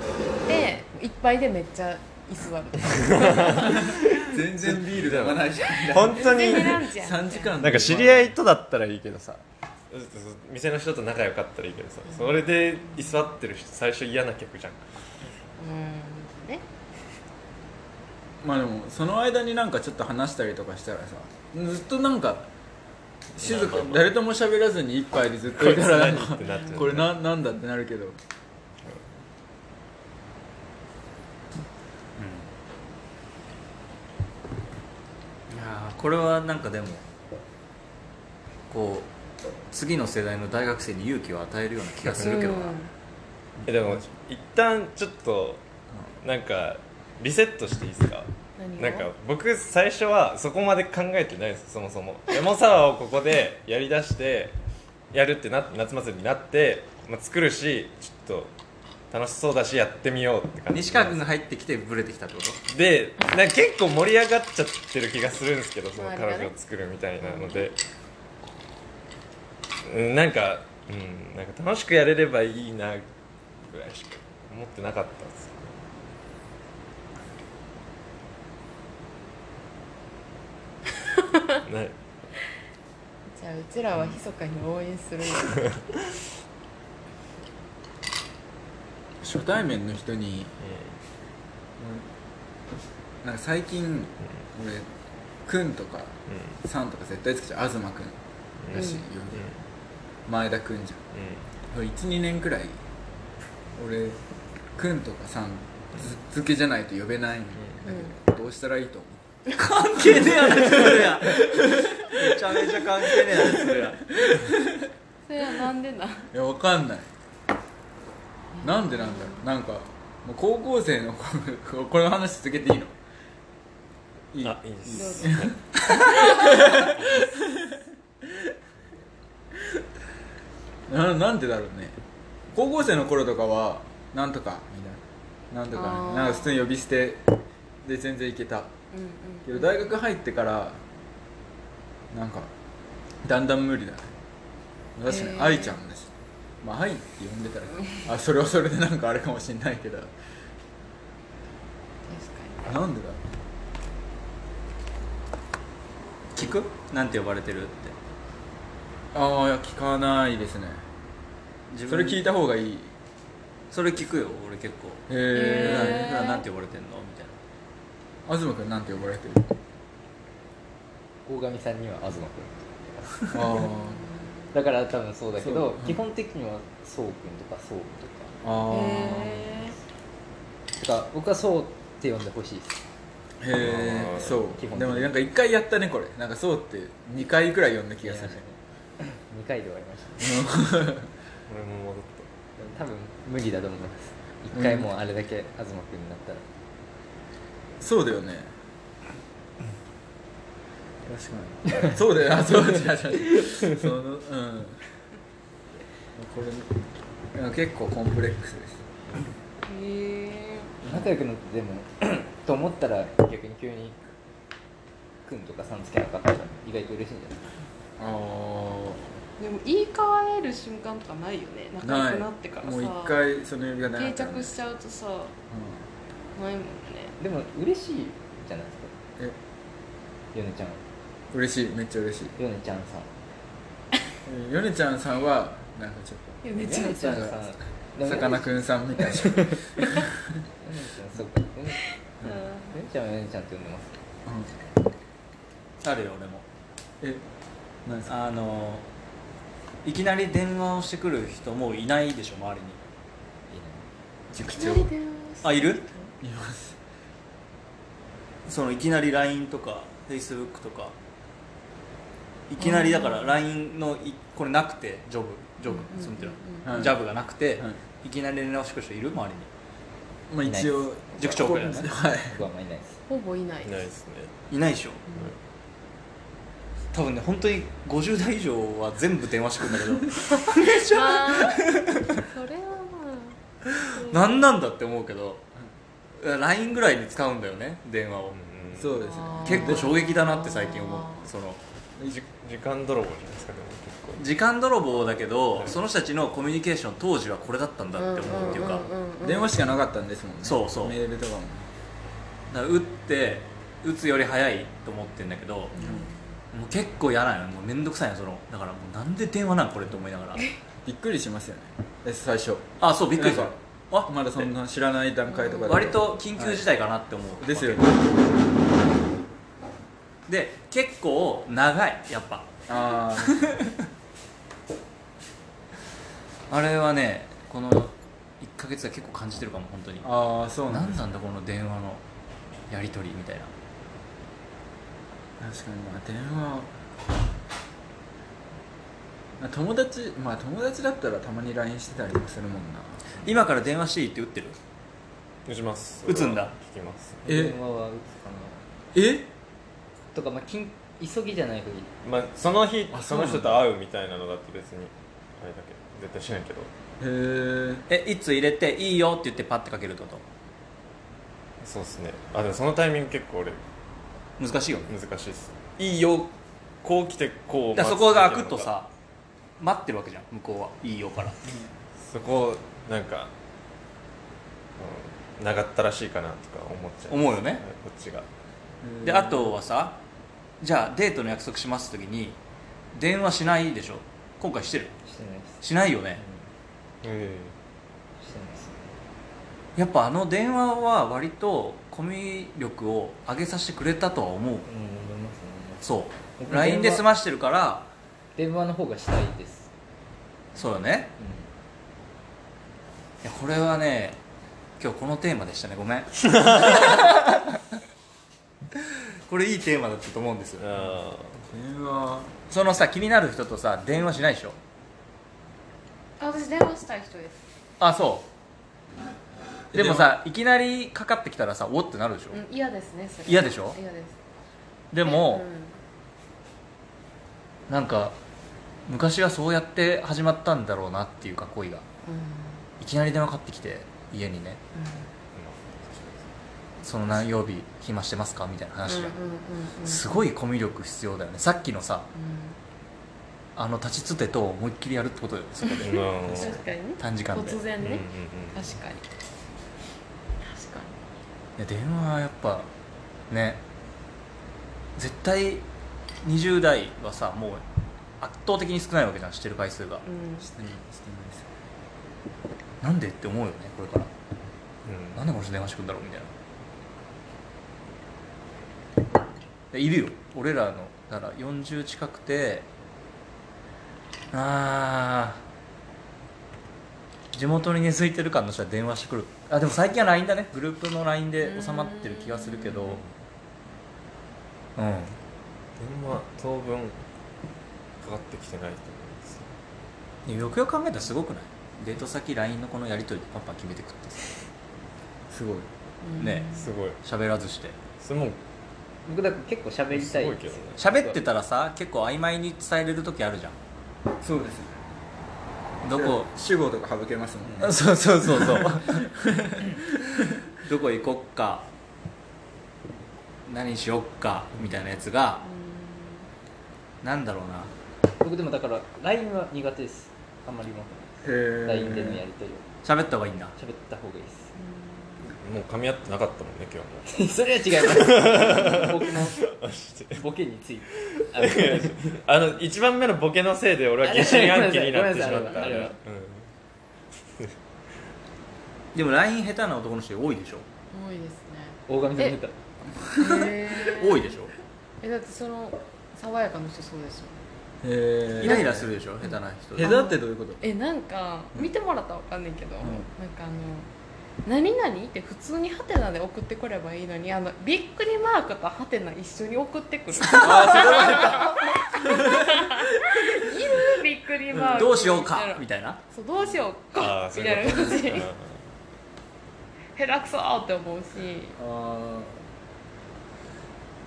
Speaker 4: ろで一杯でめっちゃ居座るとか
Speaker 8: 全然ビールではないじゃん
Speaker 2: 本当に
Speaker 4: 全然ランチやん
Speaker 8: 3時間
Speaker 2: なんか知り合いとだったらいいけどさ店の人と仲良かったらいいけどさそれで居座ってる人最初嫌な客じゃん
Speaker 4: うんね
Speaker 3: まあでもその間になんかちょっと話したりとかしたらさずっとなんか静か
Speaker 2: まあまあまあ
Speaker 3: 誰とも喋らずに一杯でずっと
Speaker 2: こ
Speaker 3: い
Speaker 2: いつ
Speaker 3: たらなん
Speaker 2: 何
Speaker 3: か
Speaker 2: ってなっちゃう
Speaker 3: これななんだってなるけど
Speaker 6: いやーこれはなんかでもこう次の世代の大学生に勇気を与えるような気がするけどな
Speaker 2: えでも一旦ちょっとなんかリセットしていいですか
Speaker 4: うん
Speaker 2: なん
Speaker 4: 何
Speaker 2: か
Speaker 4: を
Speaker 2: 僕最初はそこまで考えてないですそもそもレモンサワーをここでやりだしてやるってなって夏祭りになって、まあ、作るしちょっと楽しそうだしやってみようって感じ
Speaker 6: 西川君が入ってきてブレてきたってこと
Speaker 2: でなんか結構盛り上がっちゃってる気がするんですけどその
Speaker 4: 周り
Speaker 2: 彼
Speaker 4: がね
Speaker 2: 女を作るみたいなので、うん、なんか,、うん、なんか楽しくやれればいいなぐらいしか思ってなかったんです
Speaker 4: *laughs*
Speaker 2: よない
Speaker 4: じゃあうちらは密かに応援するよ
Speaker 3: 初対面の人に
Speaker 2: う
Speaker 3: なんか最近俺「くん」とか
Speaker 2: んうん
Speaker 3: 「さん」とか絶対つけちゃう東くんだし、呼んで前田くんじ
Speaker 2: う
Speaker 3: ゃん12年くらい俺「くん」とか「さん」付けじゃないと呼べないんだけど、どうしたらいいと思う
Speaker 6: 関係ねえやつそれやめちゃめちゃ関係ねえやつそれや
Speaker 4: それはなんでない
Speaker 3: やわかんないなんでなんだろうなんかもう高校生の子これの話続けていい
Speaker 2: んう
Speaker 3: の
Speaker 2: んあいいです
Speaker 4: どうぞ
Speaker 3: ななんでだろうね高校生の頃とかはなんとかみたいななんとか
Speaker 4: あー
Speaker 3: なんか普通に呼び捨てで全然いけた
Speaker 4: うんうん
Speaker 3: けど大学入ってからなんかだんだん無理だね確か
Speaker 4: へ
Speaker 3: に
Speaker 4: ー
Speaker 3: 愛ちゃんだしまあ愛って呼んでたらあそれはそれでなんかあれかもしんないけど
Speaker 4: 確かに
Speaker 3: なんでだろう
Speaker 6: 聞くなんて呼ばれてるって
Speaker 3: ああいや聞かないですね
Speaker 6: 自
Speaker 3: それ聞い
Speaker 6: た
Speaker 3: た方がいいへ
Speaker 6: それ聞くよ俺結構普段
Speaker 3: え
Speaker 6: 普段なんて呼ばれてんのみたいな
Speaker 3: 東君なんて呼ばれてる
Speaker 1: 大神さんには東君
Speaker 3: あ
Speaker 1: だから多分そうだけ
Speaker 3: そう
Speaker 1: ど
Speaker 3: うん
Speaker 1: 基本的にはそう君とかそうとか
Speaker 3: ああ
Speaker 4: へ
Speaker 1: てか僕はそうって呼んでほしいです
Speaker 3: へえそ
Speaker 1: 基
Speaker 3: う
Speaker 1: 本
Speaker 3: でもなんか1回やったねこれなんかそうって2回くらい呼んだ気がする
Speaker 1: 2回で終わりましたね
Speaker 2: 俺も戻
Speaker 1: で
Speaker 2: っ
Speaker 1: も多分無理だと思います1回もうあれだけ東君になったら
Speaker 3: そうだよね確かにそうだよなそうだよ *laughs* なそのうんこれなんか結構コンプレックスです
Speaker 4: えへ
Speaker 1: 仲良くなってでも *clears throat* と思ったら逆に急に「くん」とか「さん」つけなかったら意外と嬉しいんじゃない
Speaker 3: ああ
Speaker 4: えでも言い換える瞬間とかないよね仲
Speaker 3: な
Speaker 4: 良
Speaker 3: い
Speaker 4: くなってから
Speaker 3: も
Speaker 4: さ
Speaker 3: う1回その呼び方なか
Speaker 4: 定
Speaker 3: ったら
Speaker 4: 着しちゃうとさないもんね
Speaker 1: でも嬉しいじゃないですか
Speaker 3: え
Speaker 1: ヨネちゃん
Speaker 3: うん嬉しいめっちゃ嬉しい
Speaker 1: ヨネちゃんさん
Speaker 3: うんヨネちゃんさんはなんかちょっ
Speaker 4: いやめっち
Speaker 1: ヨ
Speaker 4: ゃ
Speaker 1: ネちゃん
Speaker 3: ん
Speaker 1: さん
Speaker 3: とさかなクンさんみ *laughs* たいな
Speaker 1: ヨネちゃんそうかヨネ
Speaker 4: うん
Speaker 1: ヨネちゃんはヨネちゃんって呼んでます
Speaker 6: あるよ俺も
Speaker 3: えなんですか
Speaker 6: あのいきなり電話をしてくる人もういないでしょ周りに
Speaker 3: 塾
Speaker 4: いきな
Speaker 3: 長
Speaker 4: り電話して
Speaker 6: あいる
Speaker 3: います
Speaker 6: そのいきなり LINE とか Facebook とかいきなりだから LINE のいこれなくてジョブジョブ
Speaker 4: うん
Speaker 6: そのっていうの
Speaker 3: はい
Speaker 6: ジャブがなくて、
Speaker 3: はい
Speaker 6: い、きなり連絡してくる人いる周りに
Speaker 3: まあ一応
Speaker 6: 塾長くらいだね
Speaker 3: はい
Speaker 1: 僕はあんまいないです
Speaker 4: ほぼいない
Speaker 2: たいないですね
Speaker 6: いないでしょ多分ね本当に50代以上は全部電話してくるんだ
Speaker 4: まあそれは
Speaker 6: けど *laughs* 何なんだって思うけど LINE ぐらいに使うんだよね電話を
Speaker 2: うん
Speaker 3: そうですね
Speaker 4: まあ
Speaker 6: 結構衝撃だなって最近思うその
Speaker 2: じ時間泥棒じゃないですかでも結構
Speaker 6: 時間泥棒だけど、
Speaker 2: はい
Speaker 6: その人たちのコミュニケーション当時はこれだったんだって思うっていうか,、
Speaker 3: 電話
Speaker 4: し
Speaker 3: しかなかったんですもんね
Speaker 6: そうそう
Speaker 3: メールとかも
Speaker 6: だから打って打つより早いと思ってるんだけど、もう結構嫌なのよもう面倒くさいのそのだからもうなんで電話なんこれって思いながら
Speaker 3: びっくりしますよねえ最初
Speaker 6: あそうびっくりした
Speaker 3: なんか
Speaker 6: あ
Speaker 3: まだそんな知らない段階とかで
Speaker 6: 割と緊急事態かなって思う
Speaker 3: ですよね
Speaker 6: で結構長いやっぱ
Speaker 3: あ
Speaker 6: あれはねこの1ヶ月は結構感じてるかも本当に
Speaker 3: ーあーそうなん
Speaker 6: 何
Speaker 3: だ
Speaker 6: なんだこの電話のやり取りみたいな
Speaker 3: 確かにまあ電話あ友達まあ友達だったらたまに LINE してたりとかするもんな
Speaker 6: 今から電話していいって打ってる
Speaker 2: 打ちます
Speaker 6: 打つんだ
Speaker 2: 聞きます
Speaker 3: え
Speaker 1: 電話は打つかな
Speaker 3: え
Speaker 1: とかまあ緊急ぎじゃない限り
Speaker 2: まあその日
Speaker 3: あそ
Speaker 2: そう
Speaker 3: な
Speaker 2: の
Speaker 3: んだ
Speaker 2: 人と会うみたいなのだって別にあれだけど絶対しないけど
Speaker 3: へえ
Speaker 6: えいつ入れていいよって言ってパッてかけるってこ
Speaker 2: そうですねあでもそのタイミング結構俺
Speaker 6: と難しいよね
Speaker 2: 難しいっすいいよこう来てこう
Speaker 6: だか
Speaker 2: 待
Speaker 6: ら
Speaker 2: つ
Speaker 6: そこが開くとさ待ってるわけじゃん向こうはいいよから
Speaker 2: そこをなんか、うん、長ったらしいかなとか思っちゃう
Speaker 6: 思うよね
Speaker 2: はいこっちが
Speaker 6: であとはさじゃあデートの約束しますって時に電話しないでしょ今回してる
Speaker 1: してないです
Speaker 6: しないよね
Speaker 2: え
Speaker 1: してないです
Speaker 6: やっぱあの電話は割とコミュ力を上げさせてくれたとは思う
Speaker 1: うん思いますね思います
Speaker 6: そう
Speaker 1: 僕
Speaker 6: LINE で済ましてるから
Speaker 1: 電話の方がしたいです
Speaker 6: そうよね
Speaker 1: う
Speaker 6: いやこれはね今日このテーマでしたねごめ *laughs* んこれいいテーマだったと思うんです
Speaker 2: えあ
Speaker 3: 電話
Speaker 6: そのさ気になる人とさ電話しないでしょ
Speaker 4: あ私電話したい人です
Speaker 6: あそうでもさいきなりかかってきたらさおってなるでしょ、
Speaker 4: うん嫌ですねそれ
Speaker 6: 嫌でしょ
Speaker 4: 嫌です
Speaker 6: でも
Speaker 4: う、ん
Speaker 6: なんか昔はそうやって始まったんだろうなっていうか恋がいきなり電話かかってきて家にねその何曜日暇してますかみたいな話が、すごいコミュ力必要だよねさっきのさあの立ちつてと思いっきりやるってことだよねそこで
Speaker 2: うんうんうん
Speaker 4: 確かにね
Speaker 6: 短時間でい
Speaker 4: 突然ね、
Speaker 2: うん
Speaker 4: 確かに確か
Speaker 6: や電話はやっぱね絶対20代はさもう圧倒的に少ないわけじゃんしてる回数
Speaker 4: に
Speaker 6: が、
Speaker 4: うん
Speaker 6: なんでって思うよねこれから
Speaker 2: うん
Speaker 6: なんでこの人電話してくんだろうみたいなでいるよ俺らのだから40近くてあー地元に根付いてる感の人は電話してくるあでも最近は LINE だねグループの LINE で収まってる気がするけどうん
Speaker 2: 電話当分かかってきてないと思うんですよ
Speaker 6: でもよくよく考えたらすごくないデート先 LINE のこのやり取りでパンパン決めてくってさ
Speaker 3: すごい
Speaker 6: ね
Speaker 2: すごい
Speaker 6: 喋らずして
Speaker 2: それもう
Speaker 1: 僕だから結構喋り
Speaker 2: す
Speaker 1: たい
Speaker 2: ごい
Speaker 1: ん
Speaker 2: け
Speaker 1: で
Speaker 2: ど
Speaker 1: す
Speaker 2: ね
Speaker 1: よ
Speaker 6: 喋ってたらさ結構曖昧に伝えれる時あるじゃん
Speaker 3: そうですね
Speaker 6: どこ
Speaker 3: 主語とか省けますもんね
Speaker 6: あそうそうそうそう *laughs* どこ行こっか何しよっかみたいなやつがなんだろうな
Speaker 1: 僕でもだから LINE は苦手ですあんまりも
Speaker 3: へ
Speaker 1: LINE でのやり取りを
Speaker 6: 喋った方がいいんだ
Speaker 1: 喋った方がいいです *laughs*
Speaker 2: もう噛み合ってなかったもんね今
Speaker 1: それは違います。
Speaker 2: 日
Speaker 1: 僕のボケについて。
Speaker 2: も *laughs* あの一番目のボケのせいで俺は疑心暗鬼になってしまっ
Speaker 1: ごめんなさいごめん
Speaker 2: た
Speaker 1: なさいあれは
Speaker 6: でも LINE 下手な男の人多いでしょ
Speaker 4: 多いです
Speaker 1: 大神さん出た。
Speaker 4: ねへー
Speaker 6: 多いでしょ
Speaker 4: えだってその爽やかな人そうですよね
Speaker 3: へ
Speaker 6: イライラするでしょ下手な人
Speaker 3: へだってどういうこと
Speaker 4: えなんか見てもらったらわかんないけど、なんかあの「何々?」って普通にハテナで送ってくればいいのにあのびっくりマークとハテナ一緒に送ってくる *laughs* いるびっくりマーク
Speaker 6: どうしようかみたいな
Speaker 4: そうどうしよう
Speaker 2: あ
Speaker 4: か
Speaker 2: ーそ
Speaker 4: み
Speaker 2: うい
Speaker 4: た
Speaker 2: う
Speaker 4: いな
Speaker 2: こと
Speaker 4: 感じ
Speaker 2: うん
Speaker 4: 下手くそーって思うし
Speaker 3: あ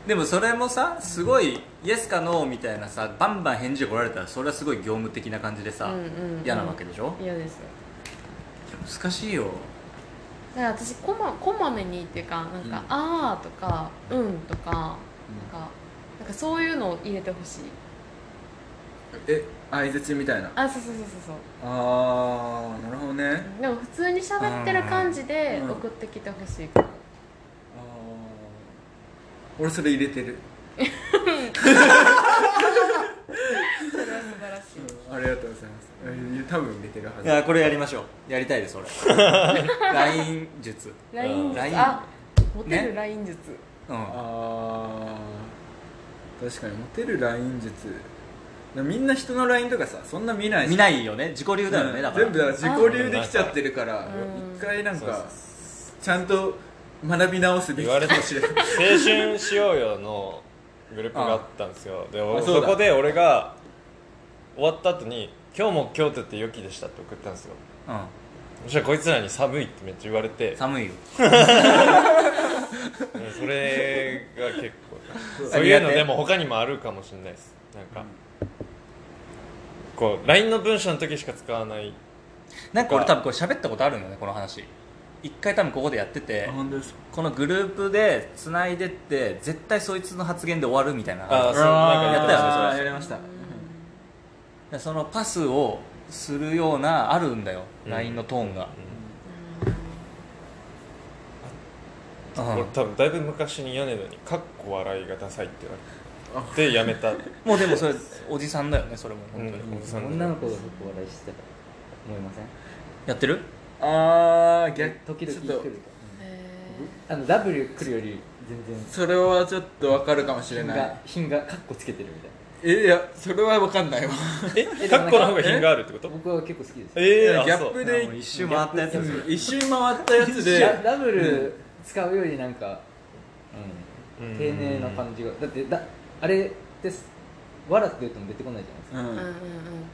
Speaker 6: でもそれもさすごいイエスかノーみたいなさバンバン返事が来られたらそれはすごい業務的な感じでさ、
Speaker 4: うんうんうん
Speaker 6: 嫌なわけでしょ
Speaker 4: 嫌です
Speaker 6: 難しいよ
Speaker 4: だから私こまこまめにっていうかなんか「あー」とか「うん」とかなんかなんかそういうのを入れてほしい
Speaker 3: ーえ相槌みたいな
Speaker 4: あそうそうそうそう
Speaker 3: ああなるほどね
Speaker 4: そうでも普通に喋ってる感じで
Speaker 3: うん
Speaker 4: 送ってきてほしいか
Speaker 3: あ
Speaker 4: も
Speaker 3: ー俺それ入れてる
Speaker 4: それは素晴らしい
Speaker 3: ありがとうございますうん多分入れてるはいず
Speaker 6: やこれやりましょうやりたいです俺 LINE 術
Speaker 4: LINE
Speaker 6: ライ
Speaker 4: 術
Speaker 6: ン
Speaker 4: あモテ
Speaker 6: ね
Speaker 4: る LINE 術
Speaker 6: うん
Speaker 3: あー確かにモテるライン術でもみんな人のラインとかさそんな見ないし
Speaker 6: 見ないよね自己流だよねだから
Speaker 3: 全部だから自己流できちゃってるから
Speaker 4: うん
Speaker 3: 一回なん
Speaker 2: そうそう
Speaker 3: かちゃんと学び直すべき
Speaker 2: 言われ
Speaker 3: か
Speaker 2: た
Speaker 3: もしれない
Speaker 2: 青春しようよのグループがあったんですよで俺
Speaker 3: あそ
Speaker 2: そう
Speaker 3: だ
Speaker 2: こで俺が終わった後に「今日も京都って良きでした」って送ったんですよ
Speaker 6: う
Speaker 2: そしたらこいつらに「寒い」ってめっちゃ言われて
Speaker 6: ん、寒いよ
Speaker 2: うんそれが結構そういうのでも他にもあるかもしれないですなんかこう LINE の文章の時しか使わない
Speaker 6: なんか俺多分これ喋ったことあるんよねこの話一回多分ここでやってて
Speaker 3: 本当ですか
Speaker 6: このグループでつないでって絶対そいつの発言で終わるみたいな
Speaker 2: あーそうなんかやったよね
Speaker 6: それ
Speaker 3: あーやりました
Speaker 6: でそのパスをするようなあるんだよ、
Speaker 2: うん
Speaker 6: LINE のトーンが、う
Speaker 2: 俺
Speaker 6: ん
Speaker 2: 多分だいぶ昔に米田に「かっこ笑いがダサい」って言われてでやめた、うん、
Speaker 6: もうでもそれおじさんだよねそれも本当に、
Speaker 2: おじさん
Speaker 1: 女の子が結構笑いしてたと思いません
Speaker 6: やってる
Speaker 3: あー
Speaker 1: 時
Speaker 3: 逆
Speaker 1: 々
Speaker 3: ちょっ
Speaker 1: 来
Speaker 3: と
Speaker 1: る
Speaker 4: へ
Speaker 1: あの W 来るより全然
Speaker 3: それはちょっとわかるかもしれ
Speaker 1: 品
Speaker 3: ない
Speaker 1: が品がカッコつけてるみたい
Speaker 3: えいやそれはわかんないわ
Speaker 2: えかっこの方が品があるってこと
Speaker 1: な。僕は結構好きです。
Speaker 3: ギ
Speaker 2: ええー、
Speaker 3: ャ
Speaker 2: あ
Speaker 3: ッ
Speaker 2: そう
Speaker 3: プで
Speaker 6: もう一周回ったやつですよ
Speaker 3: 一周回ったやつ
Speaker 1: いや
Speaker 3: で
Speaker 1: W 使うよりなんか、
Speaker 2: うん
Speaker 1: 丁寧な感じがだってだあれです。わらって言うとも出てこないじゃないです
Speaker 3: う
Speaker 4: ーうんうん
Speaker 3: ん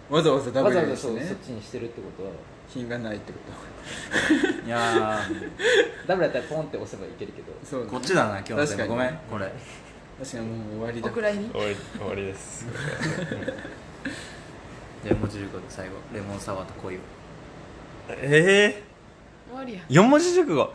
Speaker 4: うん
Speaker 3: わざわざ
Speaker 1: か。わざ
Speaker 3: W
Speaker 1: わ
Speaker 3: に
Speaker 1: ざ
Speaker 3: して
Speaker 1: そうそ
Speaker 3: ね
Speaker 1: っちにしてるってことは、
Speaker 3: 品がないってこと
Speaker 6: いや
Speaker 1: W だったらポンって押せばいけるけど。
Speaker 3: そうね
Speaker 6: こっちだな今日のテーマ
Speaker 3: 確かに
Speaker 6: ごめんこれ
Speaker 3: 確かにもう終わり
Speaker 4: お
Speaker 3: だ
Speaker 4: 蔵入り
Speaker 2: 終わり終わりです
Speaker 6: レモン15で最後レモンサワーと恋を
Speaker 2: ええ
Speaker 4: 終わりや
Speaker 2: ー、4文字熟語